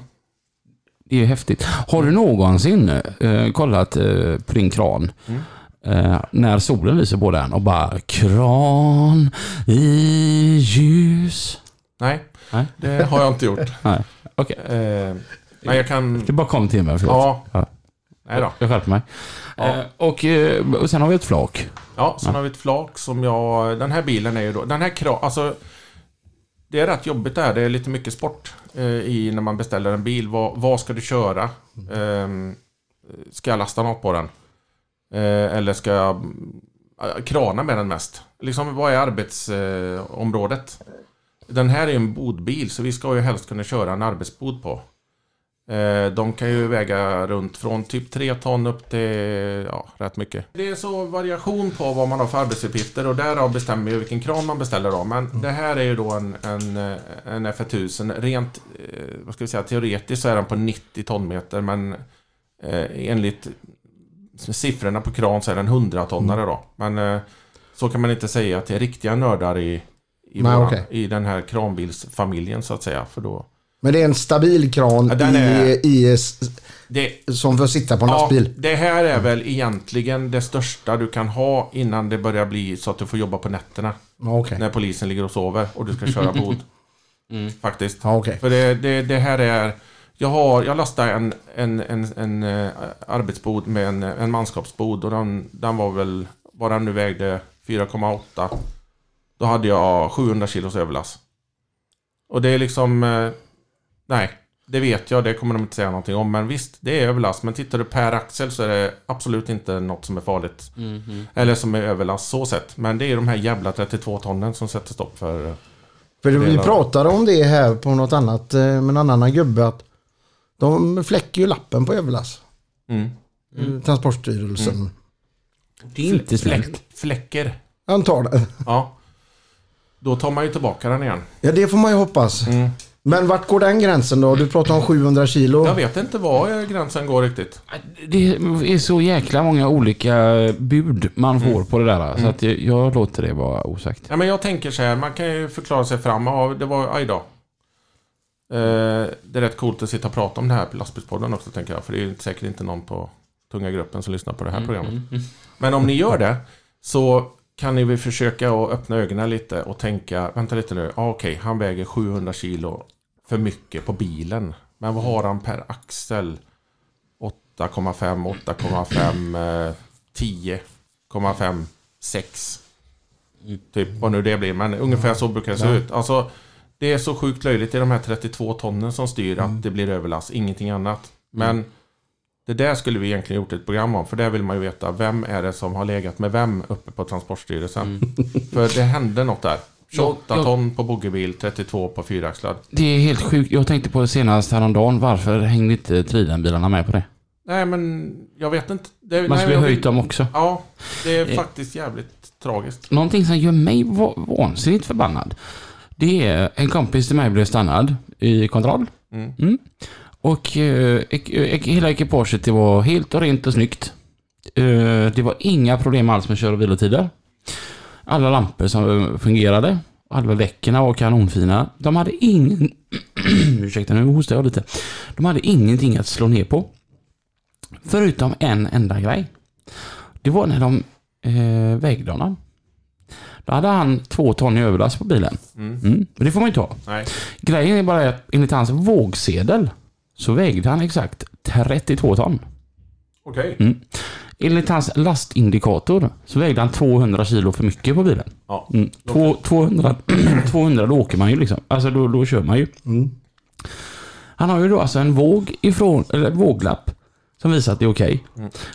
Speaker 2: Det är ju häftigt. Har du någonsin eh, kollat eh, på din kran?
Speaker 3: Mm.
Speaker 2: Eh, när solen lyser på den och bara kran i ljus.
Speaker 3: Nej,
Speaker 2: Nej.
Speaker 3: det har jag inte gjort.
Speaker 2: Nej, okej.
Speaker 3: Eh, men jag kan...
Speaker 2: Det bara kom till mig. Förlåt.
Speaker 3: Ja,
Speaker 2: Ja.
Speaker 3: nej då.
Speaker 2: Jag skärper mig.
Speaker 3: Ja.
Speaker 2: Eh, och, eh, och sen har vi ett flak.
Speaker 3: Ja, sen har vi ett flak som jag... Den här bilen är ju då... Den här kra... Alltså... Det är rätt jobbigt det här. Det är lite mycket sport eh, i när man beställer en bil. Vad, vad ska du köra? Ehm, ska jag lasta något på den? Eh, eller ska jag eh, krana med den mest? Liksom, vad är arbetsområdet? Eh, området? den här är ju en bodbil, så vi ska ju helst kunna köra en arbetsbod på. Eh, De kan ju väga runt från typ 3 ton upp till ja, rätt mycket. Det är så variation på vad man har för arbetsuppgifter och därav bestämmer ju vilken kran man beställer av. Men
Speaker 1: Mm.
Speaker 3: det här är ju då en, en, eh, en F1000. Rent eh, vad ska vi säga, teoretiskt så är den på 90 tonmeter men eh, enligt siffrorna på kran så är den
Speaker 1: Mm.
Speaker 3: 100-tonnare då. Men eh, så kan man inte säga till riktiga nördar i, i,
Speaker 1: Nej,
Speaker 3: våran,
Speaker 1: okej.
Speaker 3: i den här kranbilsfamiljen så att säga. För då,
Speaker 1: Men det är en stabil kran
Speaker 3: Ja, den är-
Speaker 1: i, i, s-
Speaker 3: det,
Speaker 1: som får sitta på en lastbil.
Speaker 3: det här är väl egentligen det största du kan ha innan det börjar bli så att du får jobba på nätterna.
Speaker 1: Ja, okej.
Speaker 3: När polisen ligger och sover och du ska köra bod. Faktiskt.
Speaker 1: Ja, okej.
Speaker 3: För det, det, det här är... Jag, har, jag lastade en, en, en, en eh, arbetsbod med en, en manskapsbod och den, den var väl... Vad den nu vägde 4,8. Då hade jag 700 kilos överlast. Och det är liksom... eh, Nej, det vet jag. Det kommer de inte säga någonting om. Men visst, det är överlast. Men tittar du per axel så är det absolut inte något som är farligt. Eller som är överlast så sett. Men det är de här jävla 32 tonnen som sätter stopp för... eh,
Speaker 1: För det, vi
Speaker 3: delar.
Speaker 1: pratade om det här på något annat eh, med en annan gubbe att de fläcker ju lappen på överlast.
Speaker 3: Mm.
Speaker 1: Transportstyrelsen.
Speaker 2: Det är inte släkt.
Speaker 3: Fläck, fläcker.
Speaker 1: Antagligen.
Speaker 3: Ja. Då tar man ju tillbaka den igen.
Speaker 1: Ja, det får man ju hoppas.
Speaker 3: Mm.
Speaker 1: Men vart går den gränsen då? Du pratar om 700 kilo.
Speaker 3: Jag vet inte var eh, gränsen går riktigt.
Speaker 2: Det är så jäkla många olika bud man får på det där. Så att jag, jag låter det vara osagt.
Speaker 3: Ja, men jag tänker så här, man kan ju förklara sig fram. Ja, det var, aj då. Eh, det är rätt coolt att sitta och prata om det här på lastbilspodden också tänker jag. För det är ju säkert inte någon på tunga gruppen som lyssnar på det här programmet. Men om ni gör det så kan ni väl försöka att öppna ögonen lite och tänka, vänta lite nu, ah, okej, han väger 700 kilo för mycket på bilen. Men vad har han per axel? 8,5, 8,5, eh, 10,5, 6. Typ vad nu det blir, men ungefär så brukar det se ut. Alltså, det är så sjukt löjligt i de här 32 tonnen som styr att det blir överlast, ingenting annat. Men det där skulle vi egentligen gjort ett program om, för där vill man ju veta vem är det som har legat med vem uppe på Transportstyrelsen. för det hände något där. 28
Speaker 2: Jag- jag-
Speaker 3: ton på boggiebil, 32 på fyraxlad.
Speaker 2: Det är helt sjukt. Jag tänkte på det senast häromdagen. Varför hängde inte Tridenbilarna med på det?
Speaker 3: Nej men jag vet inte. Det,
Speaker 2: Man
Speaker 3: nej,
Speaker 2: skulle
Speaker 3: jag-
Speaker 2: ha höjt Eh. dem också.
Speaker 3: Ja, det är faktiskt jävligt tragiskt.
Speaker 2: Någonting som gör mig va- vansinnigt förbannad. Det är en kompis till mig blev stannad i kontroll.
Speaker 3: Mm.
Speaker 2: Och eh, ek- ek- hela ekipaget det var helt och rent och snyggt. Eh, det var inga problem alls med kör och vilotider. Alla lampor som eh, fungerade. Alla däcken var kanonfina. De hade ingen... Ursäkta, nu hostar jag lite. De hade ingenting att slå ner på. Förutom en enda grej. Det var när de eh, vägde honom. Då hade han två ton i överlast på bilen. Mm. Men det får man ju inte ha.
Speaker 3: Nej.
Speaker 2: Grejen är bara att enligt hans vågsedel så vägde han exakt 32 ton.
Speaker 3: Okej.
Speaker 2: Mm. Enligt hans lastindikator så vägde han 200 kilo för mycket på bilen.
Speaker 3: Ja.
Speaker 2: Mm. Två, 200, 200 då åker man ju liksom. Alltså då, då kör man ju.
Speaker 1: Mm.
Speaker 2: Han har ju då alltså en våg ifrån, eller en våglapp som visar att det är okej.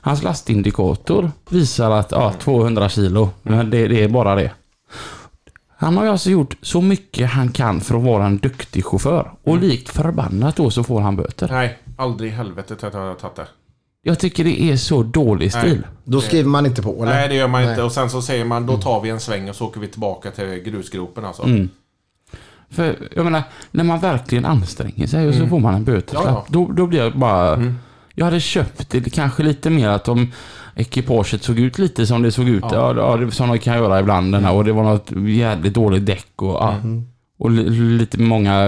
Speaker 2: Hans lastindikator visar att ja, 200 kilo, men det, det är bara det. Han har ju alltså gjort så mycket han kan för att vara en duktig chaufför. Och likt förbannat då så får han böter.
Speaker 3: Nej, aldrig i helvetet att jag har tagit det.
Speaker 2: Jag tycker det är så dålig stil.
Speaker 1: Då skriver man inte på eller?
Speaker 3: Nej, det gör man inte. Och sen så säger man, då
Speaker 2: Mm.
Speaker 3: tar vi en sväng och så åker vi tillbaka till grusgropen alltså.
Speaker 2: För jag menar, när man verkligen anstränger sig och så får man en böteslapp.
Speaker 3: Mm. Ja, Mm. ja.
Speaker 2: Då, då blir jag bara... Jag hade köpt det kanske lite mer att om ekipaget såg ut lite som det såg ut. Ja. Ja, det, som de kan göra ibland. den här.
Speaker 3: Mm.
Speaker 2: Och det var något jävligt dåligt däck och... Ja. Och li- lite många eh,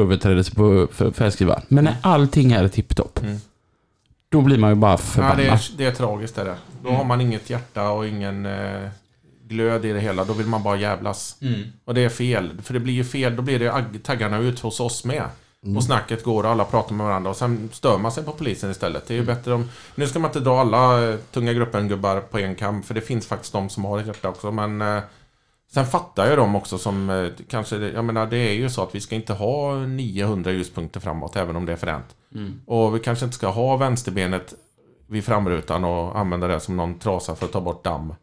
Speaker 2: överträdelser på för- färgskrivaren. Men
Speaker 3: Mm.
Speaker 2: när allting är tipptopp. Då blir man ju bara
Speaker 3: Nej,
Speaker 2: förbannad.
Speaker 3: Mm. det, är, det är tragiskt är det. Då har man inget hjärta och ingen eh, glöd i det hela. Då vill man bara jävlas. Och det är fel. För det blir ju fel. Då blir det agg- taggarna ut hos oss med. Och snacket går och alla pratar med varandra. Och sen stör man sig på polisen istället. Det är ju bättre om... Nu ska man inte dra alla eh, tunga gruppen-gubbar på en kam. För det finns faktiskt de som har ett hjärta också. Men... Eh, Sen fattar jag dem också som eh, kanske, jag menar det är ju så att vi ska inte ha 900 ljuspunkter framåt även om det är fränt. Och vi kanske inte ska ha vänsterbenet vid framrutan och använda det som någon trasa för att ta bort damm.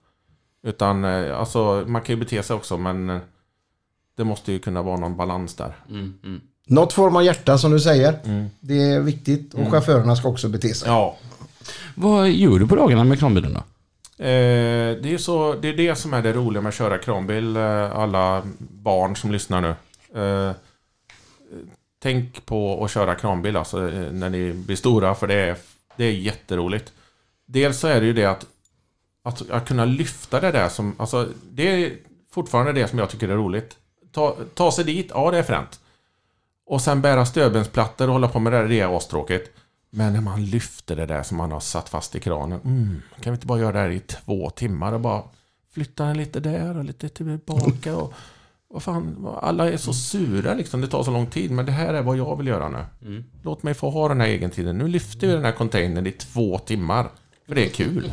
Speaker 3: Utan eh, alltså man kan ju bete sig också men eh, det måste ju kunna vara någon balans där.
Speaker 2: Mm.
Speaker 1: Något form av hjärta som du säger.
Speaker 3: Mm.
Speaker 1: Det är viktigt och chaufförerna ska också bete sig.
Speaker 3: Ja,
Speaker 2: Vad gör du på dagarna med kranbilen då?
Speaker 3: Eh, det, är så, det är det som är det roliga med att köra kranbil, eh, alla barn som lyssnar nu. Eh, tänk på att köra kranbil alltså, eh, när ni blir stora, för det är, det är jätteroligt. Dels så är det ju det att, att, att kunna lyfta det där som, alltså, det är fortfarande det som jag tycker är roligt. Ta, ta sig dit, ja det är fränt. Och sen bära stödbensplattor och hålla på med det där, det är astråkigt. Men när man lyfter det där som man har satt fast i kranen. Mm, kan vi inte bara göra det här i två timmar och bara flytta den lite där och lite tillbaka och vad fan, vad- alla är så sura liksom. Det tar så lång tid. Men det här är vad jag vill göra nu. Låt mig få ha den här egen tiden. Nu lyfter vi den här containern i två timmar. För det är kul.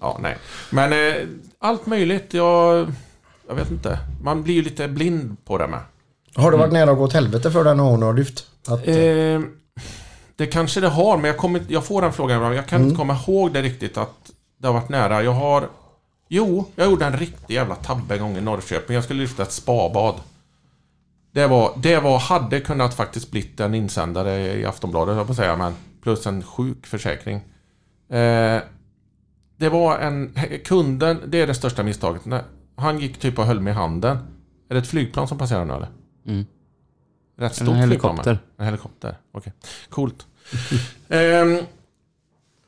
Speaker 3: Ja, nej. Men eh, allt möjligt. Jag, jag vet inte. Man blir ju lite blind på det med.
Speaker 1: Har du varit nära att gå åt helvete för den när hon har lyft?
Speaker 2: Typ.
Speaker 1: Att,
Speaker 3: Mm. Eh, det kanske det har, men jag, kommer, inte- jag får den frågan ibland. Jag kan
Speaker 2: Mm.
Speaker 3: inte komma ihåg det riktigt att det har varit nära. Jag har... Jo, jag gjorde en riktig jävla tabbe en gång i Norrköping. Jag skulle lyfta ett spabad. Det var, det var, hade kunnat faktiskt blivit en insändare i Aftonbladet, jag på säga, men plus en sjuk försäkring. Eh, det var en... Kunden, det är det största misstaget. När- Han gick typ och höll mig i handen. Är det ett flygplan som passerar nu eller?
Speaker 2: Mm.
Speaker 3: Rätt
Speaker 2: En
Speaker 3: stort flygplan,
Speaker 2: helikopter.
Speaker 3: va? En helikopter, okej. Coolt. Ehm,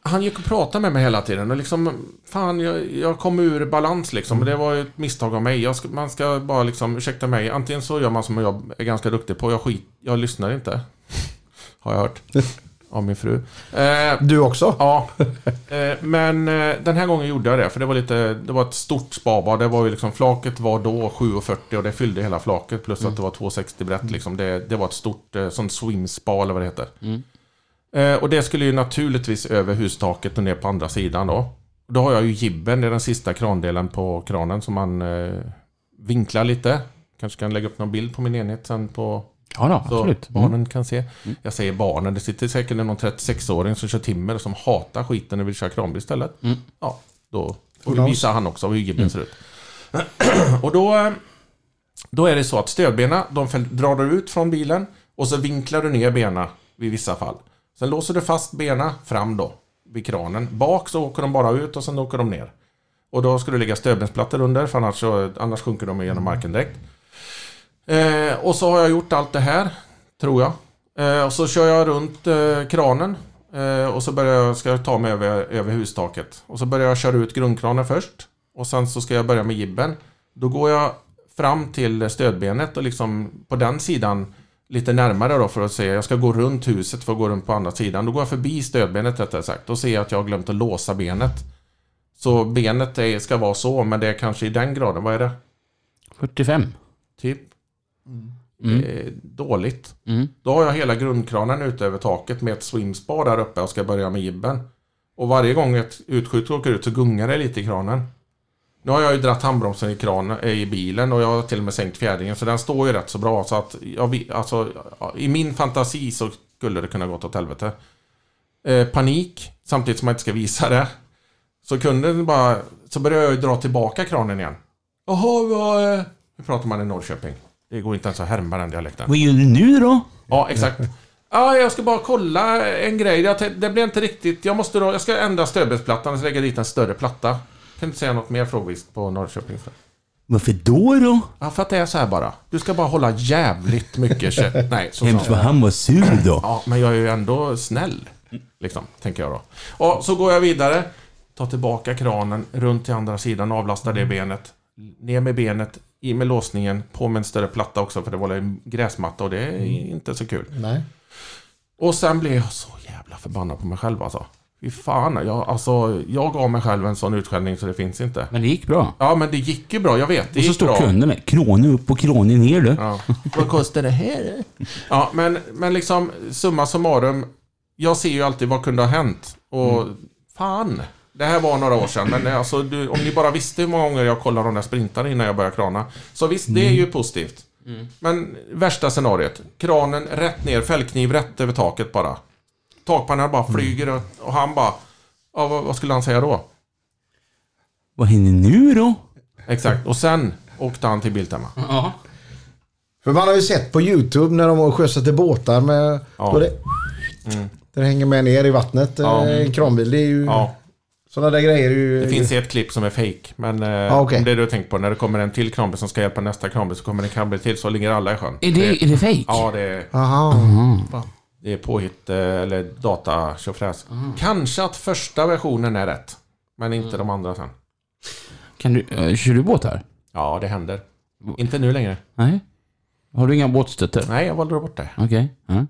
Speaker 3: han gick och pratade med mig hela tiden och liksom... Fan, jag, jag kom ur balans liksom. Och Det var ju ett misstag av mig. Jag ska, man ska bara liksom... Ursäkta mig. Antingen så gör man som jag är ganska duktig på. Jag, skit, jag lyssnar inte. Har jag hört. Av min fru. Ehm,
Speaker 1: du också?
Speaker 3: Ja, eh, men eh, den här gången gjorde jag det. För det var, lite, det var ett stort spabad. Det var ju liksom, flaket var då 7,40 och det fyllde hela flaket. Plus att det var 2,60 brett. Liksom. Det, det var ett stort eh, sånt swimspa eller vad det heter. Eh, och det skulle ju naturligtvis över hustaket och ner på andra sidan då. Då har jag ju jibben, det är den sista krandelen på kranen som man eh, vinklar lite. Kanske kan lägga upp någon bild på min enhet sen på
Speaker 2: Ja, då,
Speaker 3: så
Speaker 2: absolut. Mm.
Speaker 3: barnen kan se. Jag säger barnen, det sitter säkert någon 36-åring som kör timmer och som hatar skiten och vill köra kranbil istället. Ja, då får vi visa han också hur jibben ser ut. och då, eh, då är det så att stödbenen, de fäll- drar du ut från bilen och så vinklar du ner benen vid vissa fall. Sen låser du fast benen fram då vid kranen. Bak så åker de bara ut och sen åker de ner. Och då ska du lägga stödbensplattor under för annars, så, annars sjunker de genom marken direkt. Eh, och så har jag gjort allt det här, tror jag. Eh, och så kör jag runt eh, kranen. Eh, och så börjar jag, ska jag ta mig över, över hustaket. Och så börjar jag köra ut grundkranen först. Och sen så ska jag börja med jibben. Då går jag fram till stödbenet och liksom på den sidan lite närmare då för att se. Jag ska gå runt huset för att gå runt på andra sidan. Då går jag förbi stödbenet rättare sagt. Då ser jag att jag har glömt att låsa benet. Så benet är, ska vara så, men det är kanske i den graden. Vad är det?
Speaker 2: 45.
Speaker 3: Typ
Speaker 2: Mm.
Speaker 3: eh, dåligt.
Speaker 2: Mm.
Speaker 3: Då har jag hela grundkranen ute över taket med ett swimspa där uppe och ska börja med jibben. Och varje gång ett utskjut åker ut så gungar det lite i kranen. Nu har jag ju dratt handbromsen i, kranen, eh, i bilen och jag har till och med sänkt fjädringen så den står ju rätt så bra. Så att jag, vi- alltså, ja, I min fantasi så skulle det kunna gått åt helvete. Eh, panik, samtidigt som man inte ska visa det. Så kunden bara... Så börjar jag ju dra tillbaka kranen igen. Jaha, vad... eh, Hur pratar man i Norrköping? Det går inte ens att härma den dialekten.
Speaker 2: Vad gör du nu då?
Speaker 3: Ja, exakt. Mm. Ja, jag ska bara kolla en grej. Jag tänkte, det blev inte riktigt... Jag, måste då, jag ska ändra stödbetsplattan och lägga dit en större platta. Kan inte säga något mer frågvisst på Norrköping.
Speaker 5: Varför då då?
Speaker 3: Ja, för att det är så här bara. Du ska bara hålla jävligt mycket kött. Nej, så
Speaker 5: Hemskt
Speaker 3: sa
Speaker 5: vad
Speaker 3: jag.
Speaker 5: han var sur då.
Speaker 3: Ja, men jag är ju ändå snäll. Liksom, tänker jag då. Och så går jag vidare. Tar tillbaka kranen runt till andra sidan, avlastar
Speaker 2: Mm.
Speaker 3: det benet. Ner med benet, i med låsningen, på med en större platta också för det var en gräsmatta och det är
Speaker 2: Mm.
Speaker 3: inte så kul.
Speaker 1: Nej.
Speaker 3: Och sen blev jag så jävla förbannad på mig själv alltså. Fy fan, jag, alltså, jag gav mig själv en sån utskällning så det finns inte.
Speaker 2: Men det gick bra.
Speaker 3: Ja men det gick ju bra, jag vet. Det
Speaker 2: Och så
Speaker 3: gick bra.
Speaker 2: står kunden där. Krone upp och krone ner du.
Speaker 3: Ja. Vad kostar det här? Ja men, men liksom summa summarum. Jag ser ju alltid vad kunde ha hänt. Och fan. Det här var några år sedan, men alltså, du, om ni bara visste hur många gånger jag kollar de där sprintarna innan jag börjar krana. Så visst, det är ju positivt. Men värsta scenariet. Kranen rätt ner, fällkniv rätt över taket bara. Takpannan bara flyger och, och han bara... Ja, vad, vad skulle han säga då?
Speaker 5: Vad händer nu då?
Speaker 3: Exakt. Och sen åkte han till Biltema.
Speaker 2: Ja.
Speaker 1: För man har ju sett på YouTube när de har sjösatt båtar med...
Speaker 3: Ja. Mm.
Speaker 1: Då det, Den hänger med ner i vattnet.
Speaker 3: Ja.
Speaker 1: Ja. En kranbil. Det är ju...
Speaker 3: Ja.
Speaker 1: Sådana där grejer är ju...
Speaker 3: Det finns ett klipp som är fake men eh,
Speaker 1: Ah, okej.
Speaker 3: om det du har tänkt på, när det kommer en till kranbil som ska hjälpa nästa kranbil så kommer en kranbil till så ligger alla i sjön.
Speaker 2: Är det, är det fejk?
Speaker 3: Ja, det är,
Speaker 1: Aha.
Speaker 3: det är påhitt eh, eller data tjofräs. Kanske att första versionen är rätt, men inte de andra sen.
Speaker 2: Kan du, äh, kör du båt här?
Speaker 3: Ja, det händer. Inte nu längre.
Speaker 2: Nej. Har du inga båtstötter?
Speaker 3: Nej, jag valde bort det.
Speaker 2: Okej. Ja.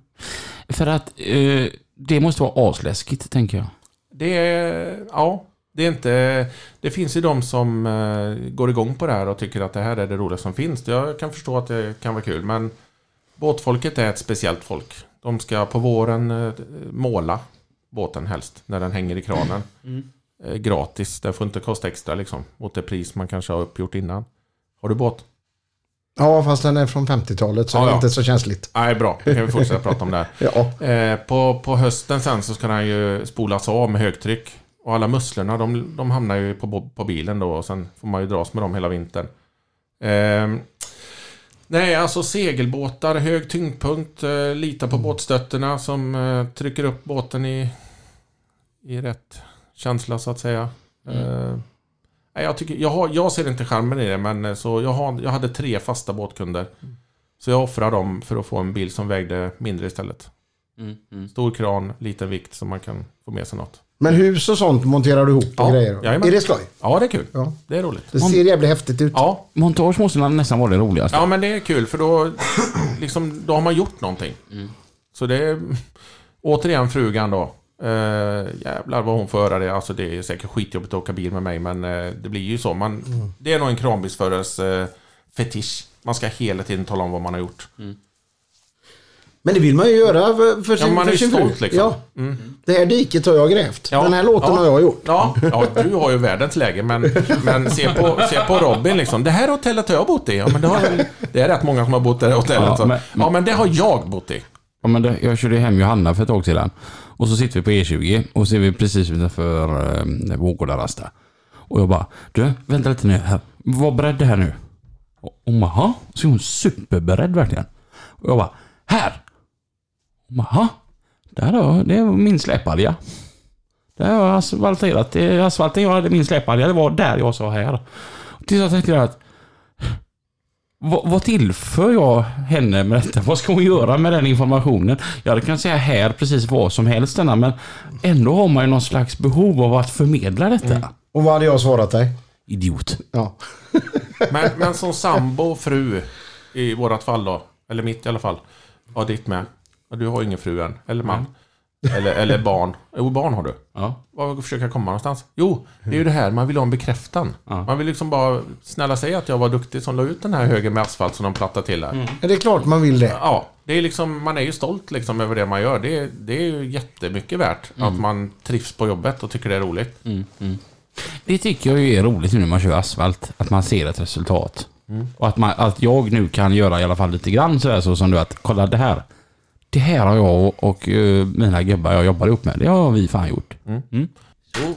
Speaker 2: För att eh, det måste vara asläskigt, tänker jag.
Speaker 3: Det är, ja, det är inte... Det finns ju de som eh, går igång på det här och tycker att det här är det roligaste som finns. Jag kan förstå att det kan vara kul, men båtfolket är ett speciellt folk. De ska på våren eh, måla båten helst, när den hänger i kranen. Eh, gratis, det får inte kosta extra liksom, mot det pris man kanske har uppgjort innan. Har du båt?
Speaker 1: Ja, fast den är från 50-talet så
Speaker 3: Ja,
Speaker 1: det är
Speaker 3: ja.
Speaker 1: inte så känsligt.
Speaker 3: Nej, bra. Då kan vi fortsätta prata om det här.
Speaker 1: Ja.
Speaker 3: Eh, på, på hösten sen så ska den ju spolas av med högtryck. Och alla musslorna de, de hamnar ju på, bo- på bilen då och sen får man ju dras med dem hela vintern. Ehm, nej, alltså segelbåtar, hög tyngdpunkt, eh, lita på båtstötterna som eh, trycker upp båten i, i rätt känsla så att säga. Ehm, nej, jag, tycker, jag, har, jag ser inte charmen i det, men eh, så jag, har, jag hade tre fasta båtkunder. Så jag offrade dem för att få en bil som vägde mindre istället. Stor kran, liten vikt så man kan få med sig något.
Speaker 1: Men hus och sånt monterar du ihop och
Speaker 3: Ja,
Speaker 1: grejer?
Speaker 3: jajamän.
Speaker 1: Är det skoj?
Speaker 3: Ja, det är kul.
Speaker 1: Ja.
Speaker 3: Det är roligt.
Speaker 1: Det ser jävligt häftigt ut.
Speaker 3: Ja,
Speaker 2: Montage måste nästan vara det roligaste.
Speaker 3: ja men det är kul för då, liksom, då har man gjort någonting. Så det är... Återigen frugan då. Eh, jävlar vad hon får höra det. Alltså det är säkert skitjobbigt att åka bil med mig men eh, det blir ju så. Man, Det är nog en kranbilsförares eh, fetisch. Man ska hela tiden tala om vad man har gjort.
Speaker 1: Men det vill man ju göra för, för sin,
Speaker 3: man är
Speaker 1: för
Speaker 3: ju
Speaker 1: sin
Speaker 3: stolt,
Speaker 1: fru.
Speaker 3: liksom.
Speaker 1: Ja. Det här diket har jag grävt.
Speaker 3: Ja.
Speaker 1: Den här låten
Speaker 3: Ja.
Speaker 1: har jag gjort.
Speaker 3: Ja, ja, du har ju världens läge men, men se, på, se på Robin liksom. Det här hotellet har jag bott i. Ja, men det, har, väl- det är rätt många som har bott i det hotellet.
Speaker 2: Ja,
Speaker 3: så.
Speaker 2: men-
Speaker 3: ja, men det har jag bott i.
Speaker 2: Ja, men det, jag körde hem Johanna för ett tag sedan. Och så sitter vi på E20 och ser vi precis utanför eh, Vårgårdarasta. Och jag bara, du vänta lite nu här. Var beredd här nu. Och hon bara, "Ha?" Så är hon superberedd verkligen. Och jag bara, här! Hon bara, "Ha? där då, det är min släpalja. Där har jag asfalterat. Det är Asfalten jag hade min släpalja, det var där jag sa här. Tills jag tänkte att vad, vad tillför jag henne med detta? Vad ska hon göra med den informationen? Jag hade kunnat säga här precis vad som helst denna, men ändå har man ju någon slags behov av att förmedla detta.
Speaker 1: Och vad hade jag svarat dig?
Speaker 2: Idiot.
Speaker 1: Ja.
Speaker 3: Men, men som sambo och fru i vårat fall då, eller mitt i alla fall. Ja, ditt med. Ja, Du har ju ingen fru än, eller man. Eller, eller barn. Jo, barn har du.
Speaker 2: Ja.
Speaker 3: Vad försöker jag komma någonstans? Jo, det är ju det här, man vill ha en bekräftan. Man vill liksom bara, snälla säga att jag var duktig som la ut den här högen med asfalt som de plattade till här.
Speaker 1: Men det är klart man vill det.
Speaker 3: Ja, det är liksom, man är ju stolt liksom över det man gör. Det, är- det är ju jättemycket värt att man trivs på jobbet och tycker det är roligt.
Speaker 2: Det tycker jag ju är roligt nu när man kör asfalt, att man ser ett resultat. Och att, man, att jag nu kan göra i alla fall lite grann sådär så som du att, kolla det här. Det här har jag och, och eh, mina gubbar jag jobbar ihop med, det har vi fan gjort.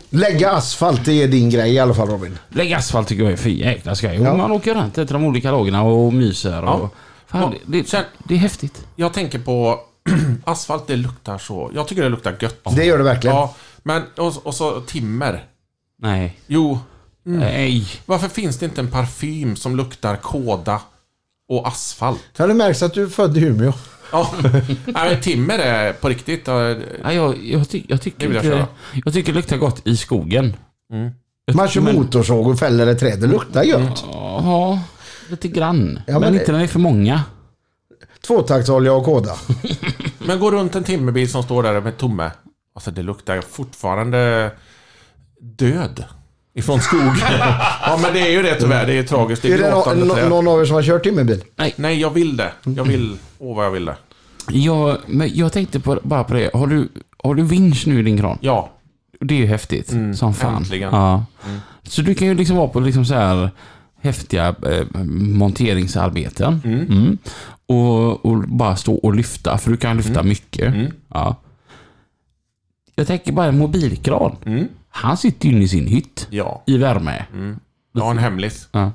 Speaker 1: Lägga asfalt, det är din grej i alla fall Robin.
Speaker 2: Lägg asfalt tycker jag är för jäkla skoj. Och
Speaker 1: Ja.
Speaker 2: Man åker runt till de olika lagarna och myser. Och,
Speaker 3: Ja.
Speaker 2: fan,
Speaker 3: Ja,
Speaker 2: det, det,
Speaker 3: sen-
Speaker 2: det är häftigt.
Speaker 3: Jag tänker på asfalt det luktar så. Jag tycker det luktar gött.
Speaker 1: Det gör det verkligen.
Speaker 3: Ja, men och, och så timmer.
Speaker 2: Nej.
Speaker 3: Jo, Mm.
Speaker 2: Nej.
Speaker 3: varför finns det inte en parfym som luktar kåda och asfalt?
Speaker 1: Ja. Det märks att du är född i Umeå.
Speaker 3: Ja, Nej, men timmer är på riktigt. ja,
Speaker 2: Nej, jag, jag, ty, jag
Speaker 3: Det
Speaker 2: tycker
Speaker 3: vill jag
Speaker 2: inte... Jag,
Speaker 3: köra.
Speaker 2: tycker det luktar gott i skogen. Jag
Speaker 1: Man
Speaker 2: tycker
Speaker 1: kör motorsåg och fäller ett träd. Det luktar gött.
Speaker 2: Ja, lite grann.
Speaker 1: Ja,
Speaker 2: men
Speaker 1: men-
Speaker 2: inte när det är för många.
Speaker 1: Tvåtaktsolja och kåda.
Speaker 3: Men gå runt en timmerbil som står där med tomme. Alltså det luktar fortfarande död. Ifrån skogen. ja men det är ju det tyvärr. Det är tragiskt. Det
Speaker 1: Är
Speaker 3: är
Speaker 1: det nå-
Speaker 3: gråtande
Speaker 1: nå-
Speaker 3: träd.
Speaker 1: någon Mm. av er som har kört timmerbil?
Speaker 3: Nej jag vill det. Jag vill. Åh vad jag vill det.
Speaker 2: Jag, men jag tänkte på, bara på det. Har du, har du vinsch nu i din kran?
Speaker 3: Ja.
Speaker 2: Det är ju häftigt.
Speaker 3: Mm.
Speaker 2: som fan.
Speaker 3: äntligen.
Speaker 2: Ja. Så du kan ju liksom vara på liksom så här häftiga eh, monteringsarbeten. Mm. Och, och bara stå och lyfta, för du kan
Speaker 3: Mm.
Speaker 2: lyfta mycket. Ja. Jag tänker bara en mobilkran.
Speaker 1: Mm.
Speaker 2: Han sitter ju inne i sin hytt.
Speaker 3: Ja.
Speaker 2: I värme.
Speaker 3: Mm. Jag har en hemlis.
Speaker 2: Ja.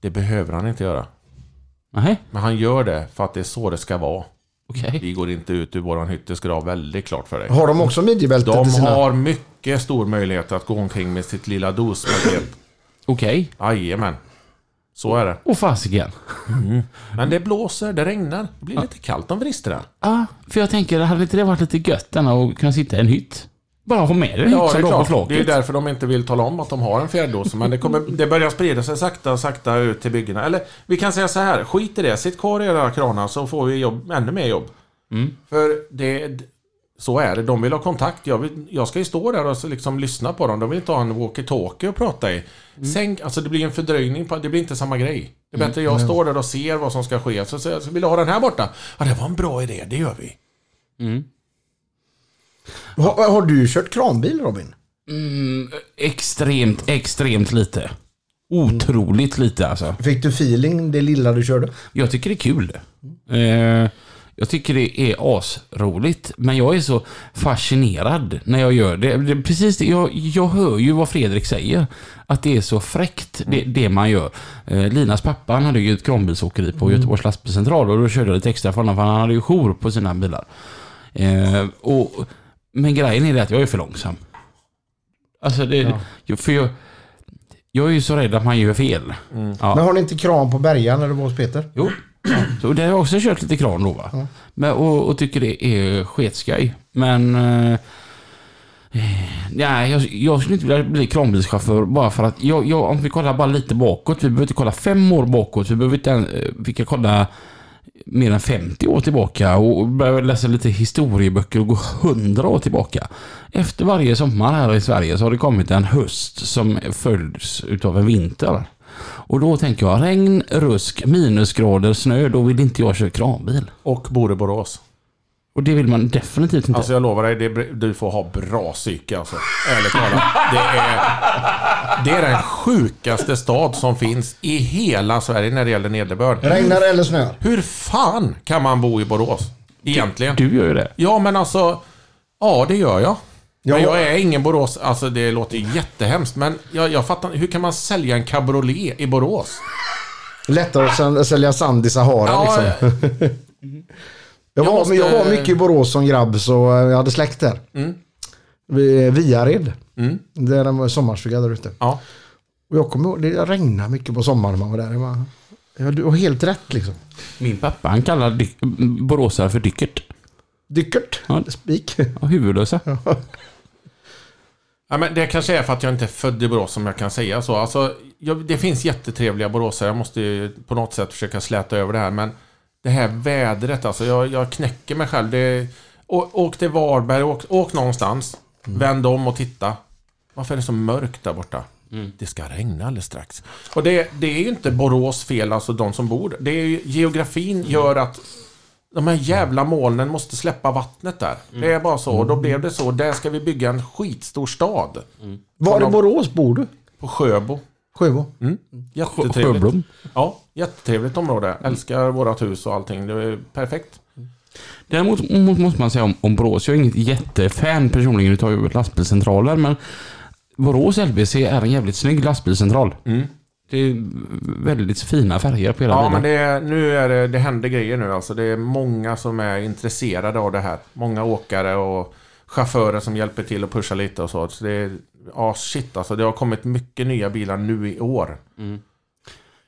Speaker 3: Det behöver han inte göra.
Speaker 2: Nej,
Speaker 3: Men han gör det för att det är så det ska vara.
Speaker 2: okej.
Speaker 3: Vi går inte ut ur våran hytt. Det ska du ha väldigt klart för dig.
Speaker 1: Har de också midjebälte
Speaker 3: De
Speaker 1: till sina?
Speaker 3: har mycket stor möjlighet att gå omkring med sitt lilla dospaket.
Speaker 2: Okej.
Speaker 3: Jajamän. Så är det.
Speaker 2: Och fasiken.
Speaker 3: Men det blåser, det regnar. Det blir lite kallt om vristerna.
Speaker 2: Ja, för jag tänker, hade inte det varit lite gött än att kunna sitta i en hytt? Bara ha med dig en hytt
Speaker 3: Ja, det
Speaker 2: som
Speaker 3: är
Speaker 2: du har på
Speaker 3: klart. Det är
Speaker 2: flaket.
Speaker 3: därför de inte vill tala om att de har en fjärdåse. Men det, kommer, det börjar sprida sig sakta, sakta ut till byggena. Eller vi kan säga så här, skit i det. Sitt kvar i era kranar så får vi jobb, ännu mer jobb. Mm. För det... Så är det. De vill ha kontakt. Jag, vill, jag ska ju stå där och så liksom lyssna på dem. De vill inte ha en walkie-talkie och prata i. Sänk, alltså det blir en fördröjning. På, det blir inte samma grej. Det är bättre jag står där och ser vad som ska ske. Så, så, så vill du ha den här borta? Ja, det var en bra idé. Det gör vi.
Speaker 1: Har, har du kört kranbil Robin?
Speaker 2: Extremt, extremt lite. Otroligt lite alltså.
Speaker 1: Fick du feeling det lilla du körde?
Speaker 2: Jag tycker det är kul. Eh, jag tycker det är asroligt. Men jag är så fascinerad när jag gör det. det är precis det, jag, jag hör ju vad Fredrik säger. Att det är så fräckt det, det man gör. Eh, Linas pappa han hade ju ett kranbilsåkeri på Göteborgs lastbilscentral och då körde jag lite extra för honom för han hade ju jour på sina bilar. Eh, och, men grejen är det att jag är för långsam. Alltså det, jag- för jag, jag är ju så rädd att man gör fel. Ja.
Speaker 1: Men har ni inte kran på berga när du var hos Peter?
Speaker 2: Jo. Så där har jag också kört lite kran då va. Men, och, och tycker det är sketskaj. Men... Eh, nej, jag, jag skulle inte vilja bli kranbilschaufför bara för att... Jag, jag, om vi kollar bara lite bakåt. Vi behöver inte kolla fem år bakåt. Vi behöver inte... ens- eh, Vi kan kolla mer än 50 år tillbaka och börja läsa lite historieböcker och gå 100 år tillbaka. Efter varje sommar här i Sverige så har det kommit en höst som följs utav en vinter. Och då tänker jag regn, rusk, minusgrader, snö, då vill inte jag köra kranbil.
Speaker 3: Och bor i Borås.
Speaker 2: Och det vill man definitivt inte.
Speaker 3: Alltså jag lovar dig, det, är- du får ha bra psyke alltså. Ärligt talat. Det är, det är den sjukaste stad som finns i hela Sverige när det gäller nederbörd.
Speaker 1: Regnar eller snöar?
Speaker 3: Hur fan kan man bo i Borås? Egentligen.
Speaker 2: du gör ju det.
Speaker 3: Ja men alltså, ja det gör jag. Men
Speaker 1: Ja.
Speaker 3: jag är ingen Borås, alltså det låter jättehemskt men jag, jag fattar hur kan man sälja en cabriolet i Borås?
Speaker 1: Lättare att sen- sälja sand i Sahara liksom.
Speaker 3: Ja,
Speaker 1: Jag var,
Speaker 3: Jag måste- Mm.
Speaker 1: men jag var mycket i Borås som grabb så eh, jag hade släkt där. Vi- Viared. Där de var sommarstuga där ute.
Speaker 3: ja.
Speaker 1: Och jag kommer ihåg, det regnade mycket på sommaren när man var där. Jag bara, ja, du har helt rätt liksom.
Speaker 2: Min pappa han kallar dy- boråsare för dyckert.
Speaker 1: Dyckert.
Speaker 2: Ja.
Speaker 1: Spik.
Speaker 2: Ja, huvudlösa.
Speaker 3: Ja, men det kanske är för att jag inte är född i Borås som jag kan säga så. Alltså, jag, det finns jättetrevliga boråsare. Jag måste ju på något sätt försöka släta över det här. Men det här vädret alltså. Jag, jag knäcker mig själv. Det, å, åk till Varberg, åk, åk någonstans. Vänd om och titta. Varför är det så mörkt där borta? Det ska regna alldeles strax. Och det, det är ju inte Borås fel, alltså de som bor där. Det är ju, geografin gör att de här jävla molnen måste släppa vattnet där. Det är bara så. Och då blev det så. Där ska vi bygga en skitstor stad.
Speaker 1: Var i Borås bor du?
Speaker 3: På Sjöbo.
Speaker 1: Sjöbo.
Speaker 3: Jättetrevligt.
Speaker 2: Sjöblom.
Speaker 3: Ja, Mm. jättetrevligt område. Älskar vårat hus och allting. Det är perfekt.
Speaker 2: Däremot må- måste man säga om, om Borås, jag är inget jättefan personligen utav övrigt lastbilscentraler men Borås LBC är en jävligt snygg lastbilscentral. Det är väldigt fina färger på hela
Speaker 3: Ja,
Speaker 2: bilen.
Speaker 3: men det, är- nu är det, det händer grejer nu alltså. Det är många som är intresserade av det här. Många åkare och chaufförer som hjälper till och pushar lite och så. så det är, ja, shit alltså. Det har kommit mycket nya bilar nu i år.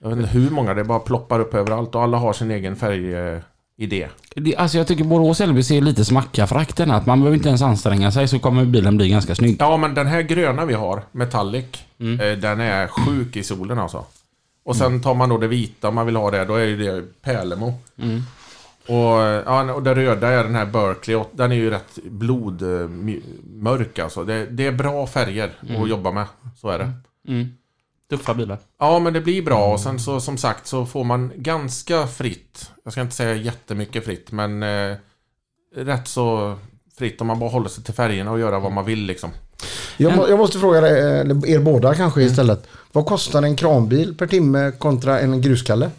Speaker 3: Jag vet inte hur många, det bara ploppar upp överallt och alla har sin egen eh, färgidé.
Speaker 2: Det, alltså jag tycker Borås LBC är lite som Acka-frakten. Att man behöver inte ens anstränga sig så kommer bilen bli ganska snygg.
Speaker 3: Ja, men den här gröna vi har, Metallic, eh, den är sjuk i solen alltså. Och sen tar man då det vita om man vill ha det, då är ju det Pärlemo. Och, eh, ja, och det röda är den här Berkeley, och den är ju rätt blodmörk alltså. Det, det är bra färger att jobba med, så är det.
Speaker 2: Tuffa bilar.
Speaker 3: Ja, men det blir bra och sen så som sagt så får man ganska fritt. Jag ska inte säga jättemycket fritt, men eh, rätt så fritt om man bara håller sig till färgerna och göra vad man vill liksom.
Speaker 1: Jag, må- jag måste fråga dig, eh, eller er båda kanske istället. Vad kostar en kranbil per timme kontra en gruskalle?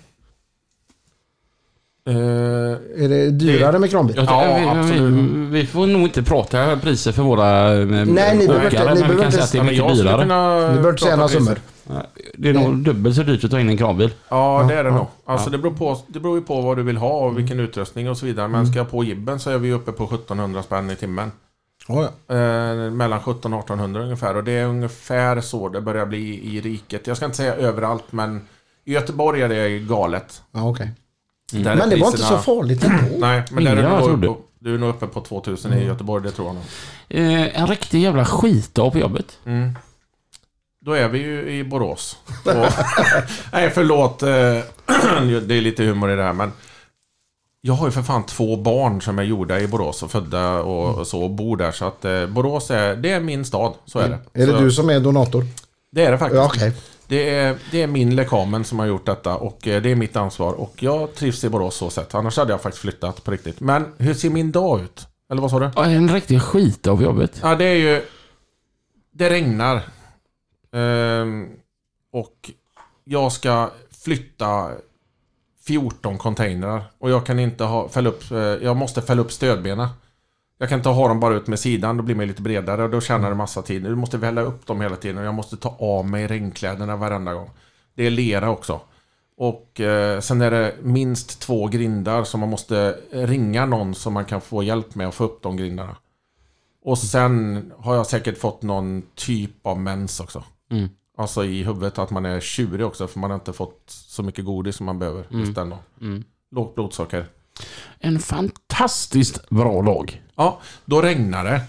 Speaker 3: Eh,
Speaker 1: Är det dyrare med kranbil?
Speaker 2: Jag,
Speaker 3: Ja,
Speaker 2: vi,
Speaker 3: absolut.
Speaker 2: Vi, vi får nog inte prata priser för våra eh, åkare.
Speaker 1: behöver inte- ni
Speaker 2: men vi
Speaker 1: behöver
Speaker 2: kan
Speaker 1: inte-
Speaker 2: säga att det är
Speaker 3: men
Speaker 2: mycket
Speaker 3: jag skulle
Speaker 2: dyrare.
Speaker 3: kunna
Speaker 1: Du behöver inte säga
Speaker 3: prata
Speaker 1: några
Speaker 3: priser.
Speaker 1: summor.
Speaker 2: Det är nog dubbelt så dyrt att ta in en kranbil.
Speaker 3: Ja, det är det nog. Alltså, det, beror på, det beror ju på vad du vill ha och vilken utrustning och så vidare. Men ska jag på jibben så är vi uppe på 1700 spänn i timmen.
Speaker 1: Ja, ja.
Speaker 3: Eh, mellan 1700 och 1800 ungefär. Och det är ungefär så det börjar bli i riket. Jag ska inte säga överallt, men i Göteborg är det galet.
Speaker 1: ja okej.
Speaker 3: Där är
Speaker 1: Men det var inte så
Speaker 3: priserna-
Speaker 1: farligt ändå.
Speaker 3: Nej, men
Speaker 2: Mindre
Speaker 3: där
Speaker 2: än
Speaker 3: är
Speaker 2: vad
Speaker 3: du,
Speaker 2: jag
Speaker 3: nog
Speaker 2: trodde.
Speaker 3: uppe, du är nog uppe på 2000 i Göteborg, det tror jag nog.
Speaker 2: Eh, en riktig jävla skitdag på jobbet.
Speaker 3: Mm. Då är vi ju i Borås. Och, nej, förlåt. eh, Det är lite humor i det här, men... Jag har ju för fan två barn som är gjorda i Borås och födda och
Speaker 1: Mm.
Speaker 3: och så och bor där. Så att eh, Borås är, det är min stad. Så är det.
Speaker 1: Mm. Är
Speaker 3: så,
Speaker 1: det du som är donator?
Speaker 3: Det är det faktiskt.
Speaker 1: Ja, okej.
Speaker 3: Det, är, det är min lekamen som har gjort detta och eh, det är mitt ansvar. Och jag trivs i Borås så sett. Annars hade jag faktiskt flyttat på riktigt. Men hur ser min dag ut? Eller vad sa du?
Speaker 2: Ja, En riktig skitdag på jobbet.
Speaker 3: Ja, det är ju... Det regnar. Ehm, och jag ska flytta 14 containrar. Och jag kan inte ha, fälla upp... eh, Jag måste fälla upp stödbenen. Jag kan inte ha dem bara ut med sidan, då blir man lite bredare och då tjänar det massa tid. Du måste välja upp dem hela tiden och jag måste ta av mig regnkläderna varenda gång. Det är lera också. Och eh, sen är det minst två grindar som man måste ringa någon som man kan få hjälp med att få upp de grindarna. Och sen har jag säkert fått någon typ av mens också.
Speaker 2: Mm.
Speaker 3: Alltså i huvudet att man är tjurig också för man har inte fått så mycket godis som man behöver just den dagen.
Speaker 2: Mm.
Speaker 3: Lågt blodsocker.
Speaker 2: En fantastiskt bra dag.
Speaker 3: Ja, då regnar det.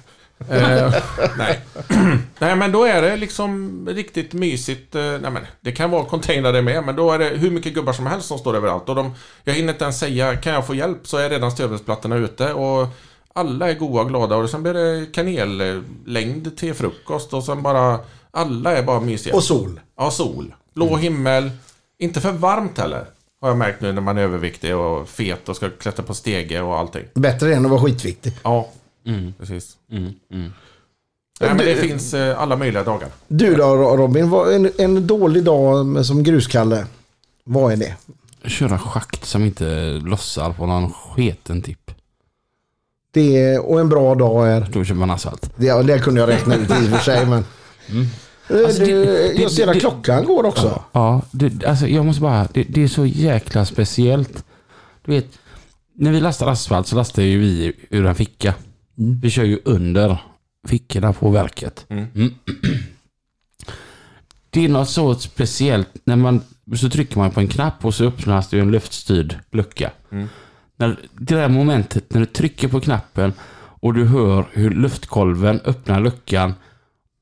Speaker 3: Eh, nej. nej, men då är det liksom riktigt mysigt. Eh, Nej, men det kan vara containrar med, men då är det hur mycket gubbar som helst som står överallt. Och de, jag hinner inte ens säga, kan jag få hjälp? Så är redan stövelsplattorna ute. Och alla är goa och glada. Och sen blir det kanellängd till frukost. Och sen bara, alla är bara mysiga.
Speaker 1: Och sol.
Speaker 3: Ja, sol. Blå himmel. Inte för varmt heller. Har jag märkt nu när man är överviktig och fet och ska klättra på stege och allting.
Speaker 1: Bättre än att vara skitviktig.
Speaker 3: Ja, Mm. precis. Nej, men det finns eh, alla möjliga dagar.
Speaker 1: Du då Robin, vad, en, en dålig dag med- som gruskalle. Vad är det?
Speaker 2: Köra schakt som inte lossar på någon sketen tipp.
Speaker 1: det är, och en bra dag är...
Speaker 2: Då kör man asfalt.
Speaker 1: Det, det kunde jag räkna ut i och för sig men... Eh,
Speaker 2: Alltså, det-
Speaker 1: du,
Speaker 2: det-
Speaker 1: jag ser att
Speaker 2: det-
Speaker 1: klockan går också.
Speaker 2: Ja, det, alltså jag måste bara, det, det är så jäkla speciellt. Du vet, när vi lastar asfalt så lastar ju vi ur en ficka.
Speaker 3: Mm.
Speaker 2: Vi kör ju under fickorna på verket. Mm. Det är något så speciellt när man, så trycker man på en knapp och så öppnas det ju en luftstyrd lucka.
Speaker 3: Mm.
Speaker 2: När, det där momentet när du trycker på knappen och du hör hur luftkolven öppnar luckan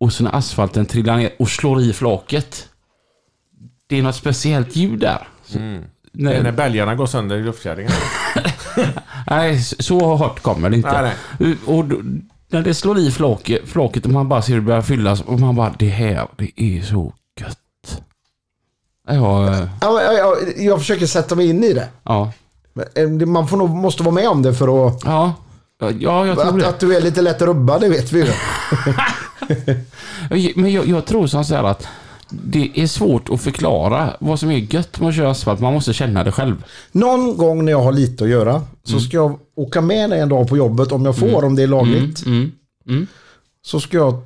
Speaker 2: och så när asfalten trillar ner och slår i flaket. Det är något speciellt ljud där. Så-
Speaker 3: Mm. Det är när
Speaker 2: Nej,
Speaker 3: bälgarna går sönder i luftkärringen.
Speaker 2: nej, så hårt kommer det inte.
Speaker 3: Nej,
Speaker 2: Och då, när det slår i flaket, flaket och man bara ser det börja fyllas och man bara det här, det är så gött. Ja, eh,
Speaker 1: Ja, men, ja, ja, jag försöker sätta mig in i det.
Speaker 2: ja.
Speaker 1: Men, eh, det- Man får nog, måste vara med om det för att...
Speaker 2: Ja, ja jag tror
Speaker 1: Att,
Speaker 2: det.
Speaker 1: att du är lite lätt rubbad, det vet vi ju.
Speaker 2: Men jag, jag tror som så här att det är svårt att förklara vad som är gött med att köra asfalt. Man måste känna det själv.
Speaker 1: Någon gång när jag har lite att göra
Speaker 2: Mm.
Speaker 1: så ska jag åka med dig en dag på jobbet om jag får, om det är lagligt.
Speaker 2: Mm.
Speaker 1: Så ska jag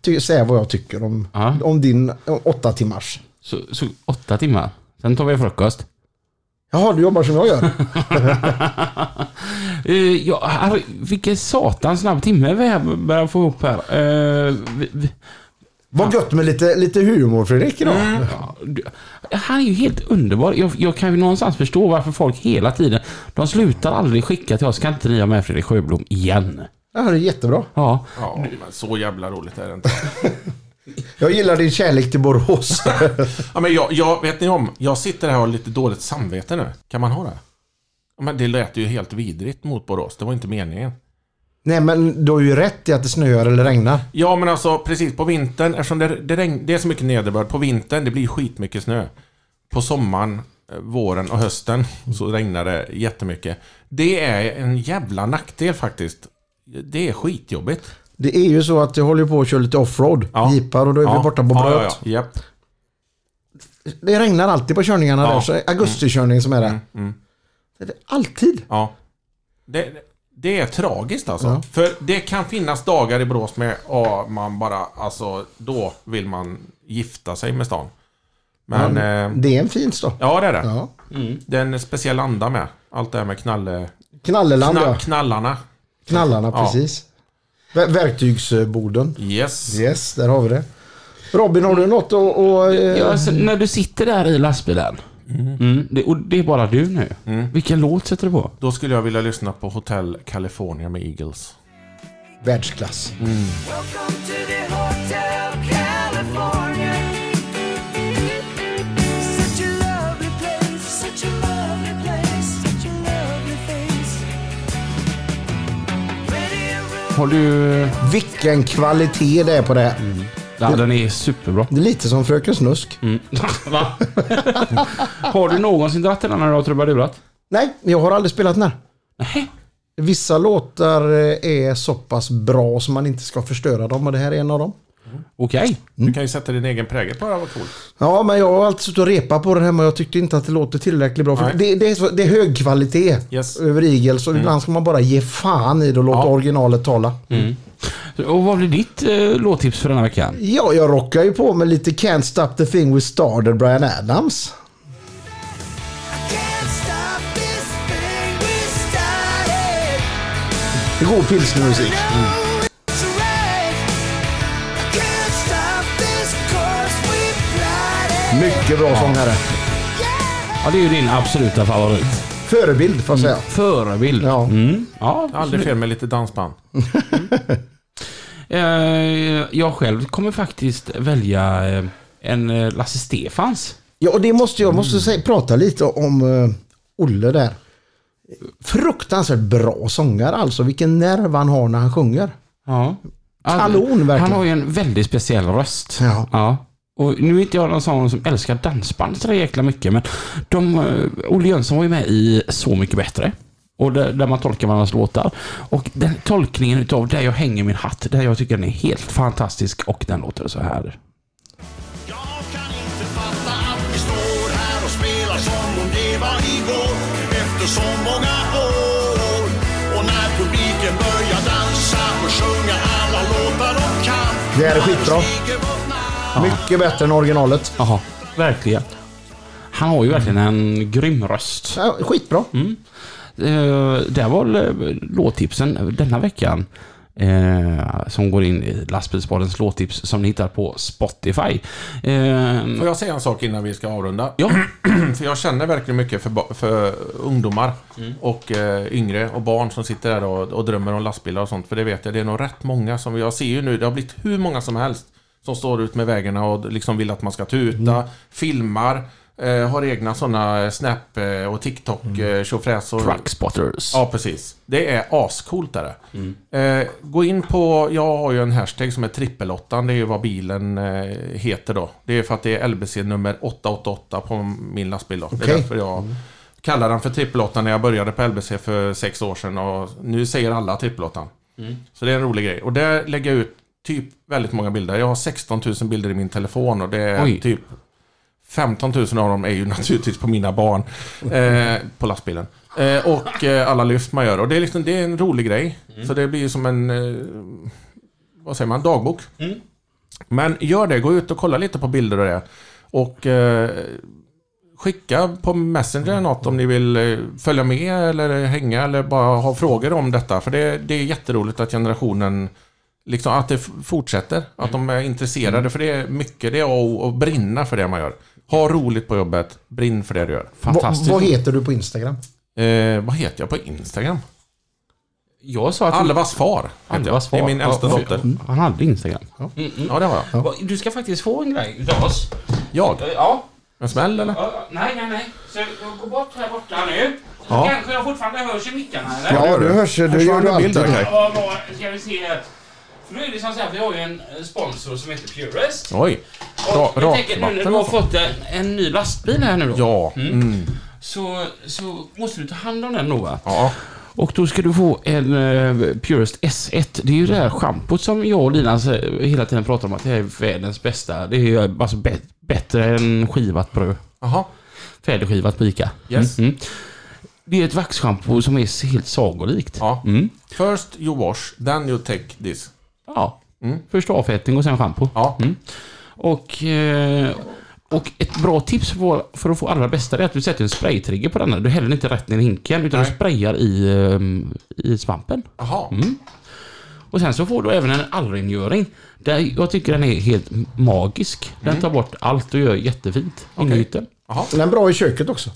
Speaker 1: ty- säga vad jag tycker om,
Speaker 2: Ja.
Speaker 1: om din eh, åtta timmars.
Speaker 2: Så, så åtta timmar. Sen tar vi frukost.
Speaker 1: Jaha, du jobbar som jag gör.
Speaker 2: Uh, ja, herre, vilken satans snabb timme vi här börjar få ihop här. Eh, vi, vi,
Speaker 1: Vad gött med lite, lite humor Fredrik idag.
Speaker 2: ja, du, han är ju helt underbar. Jag, jag kan ju någonstans förstå varför folk hela tiden... De slutar aldrig skicka till oss. Kan inte ni ha med Fredrik Sjöblom igen?
Speaker 1: Det här är jättebra.
Speaker 2: Ja.
Speaker 3: Ja, men så jävla roligt är det inte.
Speaker 1: Jag gillar din kärlek till Borås.
Speaker 3: Ja, men jag, jag, vet ni om, jag sitter här och har lite dåligt samvete nu. Kan man ha det? Ja, men det lät ju helt vidrigt mot Borås. Det var inte meningen.
Speaker 1: Nej men du har ju rätt i att det snöar eller regnar.
Speaker 3: Ja, men alltså precis på vintern, eftersom det, det, regn, det är så mycket nederbörd. På vintern, det blir skitmycket snö. På sommaren, eh, våren och hösten så regnar det jättemycket. Det är en jävla nackdel faktiskt. Det är skitjobbigt.
Speaker 1: Det är ju så att jag håller på att köra lite offroad.
Speaker 3: Ja.
Speaker 1: Jeepar och då är vi borta på Bröt.
Speaker 3: Ja, ja, ja. Japp.
Speaker 1: Det regnar alltid på körningarna
Speaker 3: Ja.
Speaker 1: där. Så är augustikörning som är det.
Speaker 3: mm.
Speaker 1: Det är det alltid.
Speaker 3: Ja. Det, det är tragiskt alltså.
Speaker 1: Ja.
Speaker 3: För det kan finnas dagar i Borås med ja, man bara, alltså då vill man gifta sig med stan. Men eh,
Speaker 1: Det är en fin stad.
Speaker 3: ja, det är det.
Speaker 1: Ja.
Speaker 3: Det är en speciell anda med. Allt det här med knalle,
Speaker 1: Knalleland
Speaker 3: knall,
Speaker 1: ja.
Speaker 3: knallarna.
Speaker 1: Knallarna,
Speaker 3: Ja.
Speaker 1: precis. Ver- verktygsboden.
Speaker 3: Yes.
Speaker 1: Yes, där har vi det. Robin, har du något att... Och, eh,
Speaker 2: Ja, alltså, när du sitter där i lastbilen. Mm, det, och det är bara du nu. Vilken låt sätter du på?
Speaker 3: Då skulle jag vilja lyssna på Hotel California med Eagles.
Speaker 1: Världsklass.
Speaker 6: Welcome to the Hotel California. Such a lovely place, such a lovely place, such a lovely face. Pretty room,
Speaker 2: Har du...
Speaker 1: Vilken kvalitet det är på det här.
Speaker 2: Ja, den är superbra.
Speaker 1: Det är lite som Fröken Snusk.
Speaker 3: Mm.
Speaker 2: Va? har du någonsin dragit den här när du har trubadurat?
Speaker 1: Nej, jag har aldrig spelat den här. Vissa låtar eh, är så pass bra som man inte ska förstöra dem och det här är en av dem.
Speaker 2: Okej.
Speaker 3: Du kan ju sätta din egen prägel på det här, vad coolt.
Speaker 1: Ja, men jag har alltid suttit och repat på den här men jag tyckte inte att det låter tillräckligt bra. För
Speaker 3: Nej.
Speaker 1: det, det, är så, det är hög kvalitet
Speaker 3: Yes. Mm.
Speaker 1: över igel så ibland ska man bara ge fan i det och låta
Speaker 3: Ja. Mm.
Speaker 1: originalet tala.
Speaker 2: Och vad blir ditt eh, låttips för den här veckan?
Speaker 1: Ja, jag rockar ju på med lite Can't Stop The Thing We Started Brian Adams.
Speaker 6: I can't stop this thing we started.
Speaker 1: Det går pilsnermusik.
Speaker 6: No, it's right. I can't stop this course we plotted.
Speaker 1: Mycket bra sångare.
Speaker 6: Yeah.
Speaker 2: Ja, det är ju din absoluta favorit.
Speaker 1: Förebild får jag säga.
Speaker 2: Förebild.
Speaker 1: Ja.
Speaker 2: Mm. Ja,
Speaker 3: Aldrig fel med lite dansband.
Speaker 2: Eh, jag själv kommer faktiskt välja eh, en eh, Lasse Stefans.
Speaker 1: Ja, och det måste jag måste säga, prata lite om eh, Olle där. Fruktansvärt bra sångare alltså. Vilken nerv han har när han sjunger.
Speaker 2: Ja.
Speaker 1: Kanon, verkligen.
Speaker 2: Han har ju en väldigt speciell röst.
Speaker 1: Ja.
Speaker 2: Och nu är inte jag någon sån som älskar dansband så där jäkla mycket, men de, eh, Olle Jönsson var ju med i Så mycket bättre. Och där, där man tolkar varandras låtar. Och den tolkningen utav Där jag hänger min hatt, där jag tycker den är helt fantastisk och den låter så här.
Speaker 7: Jag kan inte fatta att vi står här och spelar som om det var igår efter så många år. Och när publiken börjar dansa och sjunga alla låtar de kan.
Speaker 1: Det här är skitbra.
Speaker 7: skriker vårt namn.
Speaker 1: Mycket bättre än originalet.
Speaker 2: Jaha, verkligen. Han har ju verkligen en grym röst.
Speaker 1: Ja, skitbra.
Speaker 3: Mm,
Speaker 2: Eh, det var l- låttipsen denna veckan. Eh, som går in i lastbilspoddens låttips som ni hittar på Spotify. Eh,
Speaker 3: Får jag säga en sak innan vi ska avrunda?
Speaker 2: ja,
Speaker 3: För jag känner verkligen mycket för, ba- för ungdomar och eh, yngre och barn som sitter där och, och drömmer om lastbilar och sånt. För det vet jag, det är nog rätt många som jag ser ju nu, det har blivit hur många som helst som står ut med vägarna och liksom vill att man ska tuta, filmar, eh, har egna sådana snap eh, och tiktok mm. tjofräs och...
Speaker 2: Truckspotters.
Speaker 3: Ja, precis. Det är ascoolt är det. Eh, gå in på, jag har ju en hashtag som är trippelåttan, det är ju vad bilen eh, heter då. Det är för att det är LBC nummer 888 på min lastbil då. Det
Speaker 1: Okej.
Speaker 3: är därför jag kallar den för trippelåttan när jag började på LBC för sex år sedan och nu säger alla trippelåttan. Så det är en rolig grej. Och där lägger jag ut typ väldigt många bilder. Jag har 16 000 bilder i min telefon och det är
Speaker 2: Oj.
Speaker 3: typ 15 000 av dem är ju naturligtvis på mina barn. Eh, på lastbilen. Eh, och eh, alla lyft man gör. Och det är, liksom, det är en rolig grej. Så det blir ju som en... Eh, vad säger man? Dagbok. Men gör det. Gå ut och kolla lite på bilder och det. Och eh, skicka på Messenger något om ni vill eh, följa med eller hänga eller bara ha frågor om detta. För det, det är jätteroligt att generationen Liksom att det f- fortsätter, att de är
Speaker 2: Mm.
Speaker 3: intresserade för det är mycket. Det är A och O, och brinna för det man gör. Ha roligt på jobbet, brinn för det du gör.
Speaker 1: Va,
Speaker 2: Fantastiskt.
Speaker 1: vad heter du på Instagram?
Speaker 3: Eh, vad heter jag på Instagram?
Speaker 2: jag sa att...
Speaker 3: Alvas far. heter jag.
Speaker 2: Alvas far.
Speaker 3: Det är min äldsta
Speaker 2: Ja,
Speaker 3: dotter.
Speaker 2: Mm. Han hade Instagram.
Speaker 3: Ja, det har jag.
Speaker 2: Va, Du ska faktiskt få en grej utav oss.
Speaker 3: Jag?
Speaker 2: Eh, Ja.
Speaker 3: En smäll eller?
Speaker 2: Ja, Nej, nej, nej. Så jag går bort här borta nu. Så
Speaker 3: Ja.
Speaker 2: kanske jag fortfarande hörs i mickarna eller?
Speaker 1: Ja, du hörs ju. Du gör
Speaker 3: Försvann
Speaker 1: du
Speaker 3: en bild
Speaker 1: alltid.
Speaker 3: där,
Speaker 1: det.
Speaker 3: Kaj?
Speaker 2: Vad var- ska vi se här. För nu är det som så här, vi har ju en eh, sponsor som heter Purest.
Speaker 3: Oj.
Speaker 2: Och
Speaker 3: Ra-
Speaker 2: jag tänker nu när du
Speaker 3: rakvatten
Speaker 2: har
Speaker 3: alltså.
Speaker 2: fått en, en ny lastbil här nu då.
Speaker 3: Ja. Mm.
Speaker 2: Så, så måste du ta hand om den då va?
Speaker 3: Ja.
Speaker 2: Och då ska du få en eh, Purest S1. Det är ju det här schampot som jag och Lina eh, hela tiden pratar om att det här är världens bästa. Det är ju alltså bä- bättre än skivat bröd.
Speaker 3: Jaha.
Speaker 2: Fäderskivat på Ica.
Speaker 3: Yes.
Speaker 2: Mm, mm. Det är ett vaxschampo som är helt sagolikt.
Speaker 3: Ja.
Speaker 2: Mm.
Speaker 3: First you wash, then you take this.
Speaker 2: Ja.
Speaker 3: Mm.
Speaker 2: Först avfettning och sen schampo.
Speaker 3: Ja.
Speaker 2: Och, eh, och ett bra tips för, för att få allra bästa är att du sätter en spraytrigger på denna. Du häller den inte rätt ner i hinken utan du
Speaker 3: Nej.
Speaker 2: sprayar i, ehm, i svampen.
Speaker 3: Jaha.
Speaker 2: Mm. Och sen så får du även en allrengöring. Där jag tycker den är helt magisk.
Speaker 3: Mm.
Speaker 2: Den tar bort allt och gör jättefint. Inhytten.
Speaker 1: Den är bra i köket också.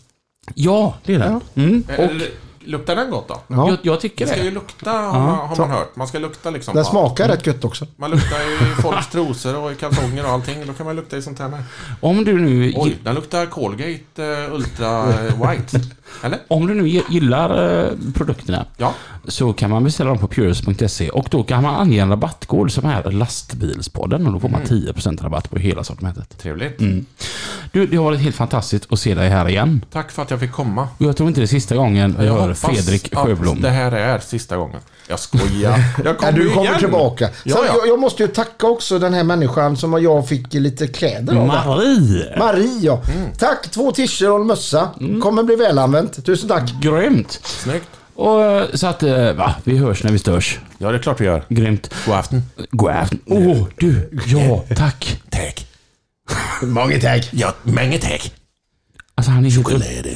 Speaker 2: Ja, det är den. Mm.
Speaker 3: Eh, l- Luktar den gott då?
Speaker 1: Ja.
Speaker 2: Jag, jag tycker
Speaker 3: Det ska ju
Speaker 2: det.
Speaker 3: lukta har- har man hört. Man ska lukta liksom.
Speaker 1: Den
Speaker 3: på-
Speaker 1: smakar rätt gött också.
Speaker 3: Man luktar ju i folks trosor och i kalsonger och allting. Då kan man lukta i sånt här med.
Speaker 2: Om du nu...
Speaker 3: Oj, den luktar Colgate eh, Ultra eh, White. Eller?
Speaker 2: Om du nu gillar eh, produkterna
Speaker 3: Ja.
Speaker 2: så kan man beställa dem på purus.se och då kan man ange en rabattkod som är lastbilspodden och då får man 10% rabatt på hela sortimentet.
Speaker 3: Trevligt.
Speaker 2: Mm. Du, det har varit helt fantastiskt att se dig här igen.
Speaker 3: Tack för att jag fick komma.
Speaker 2: Och jag tror inte det är sista gången vi hör
Speaker 3: hoppas
Speaker 2: Fredrik
Speaker 3: att
Speaker 2: Sjöblom.
Speaker 3: det här är sista gången. Jag skojar. Jag
Speaker 1: Nej, du kommer
Speaker 3: igen.
Speaker 1: tillbaka. Sen,
Speaker 3: Ja, ja.
Speaker 1: Jag, jag måste ju tacka också den här människan som jag fick lite kläder av.
Speaker 2: Marie!
Speaker 1: Marie ja.
Speaker 3: Mm.
Speaker 1: Tack, två t-shirts och en mössa. Kommer bli välanvänt. Tusen tack.
Speaker 2: Grymt!
Speaker 3: Snyggt.
Speaker 2: Och, eh, så att, eh, va? Vi hörs när vi störs.
Speaker 3: Ja, det är klart vi gör.
Speaker 2: Grymt.
Speaker 3: God afton.
Speaker 2: God afton. Åh, oh, du! Ja, tack!
Speaker 4: Tack.
Speaker 1: Många tack.
Speaker 4: Ja, många tack.
Speaker 2: Alltså han är helt, un-
Speaker 4: Choklad.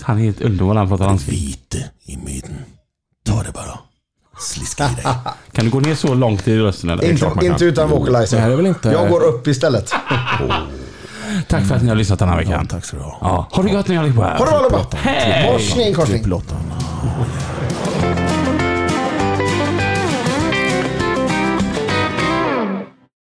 Speaker 2: han är helt underbar när han pratar danska.
Speaker 4: Vite i mitten. Ta det bara. Sliska i dig.
Speaker 2: Kan du gå ner så långt i rösten eller? Det är klart
Speaker 1: Inte,
Speaker 2: man kan.
Speaker 1: inte utan vocalizer.
Speaker 4: det här är väl inte-
Speaker 1: Jag går upp istället.
Speaker 2: Tack för att ni har lyssnat den här veckan.
Speaker 4: Tack ska du ha.
Speaker 2: Ja. Ha det gott ni allihopa.
Speaker 4: typ-
Speaker 1: Ha det bra allihopa.
Speaker 2: Hej!
Speaker 1: Korsning, korsning.
Speaker 4: Trippelåttan.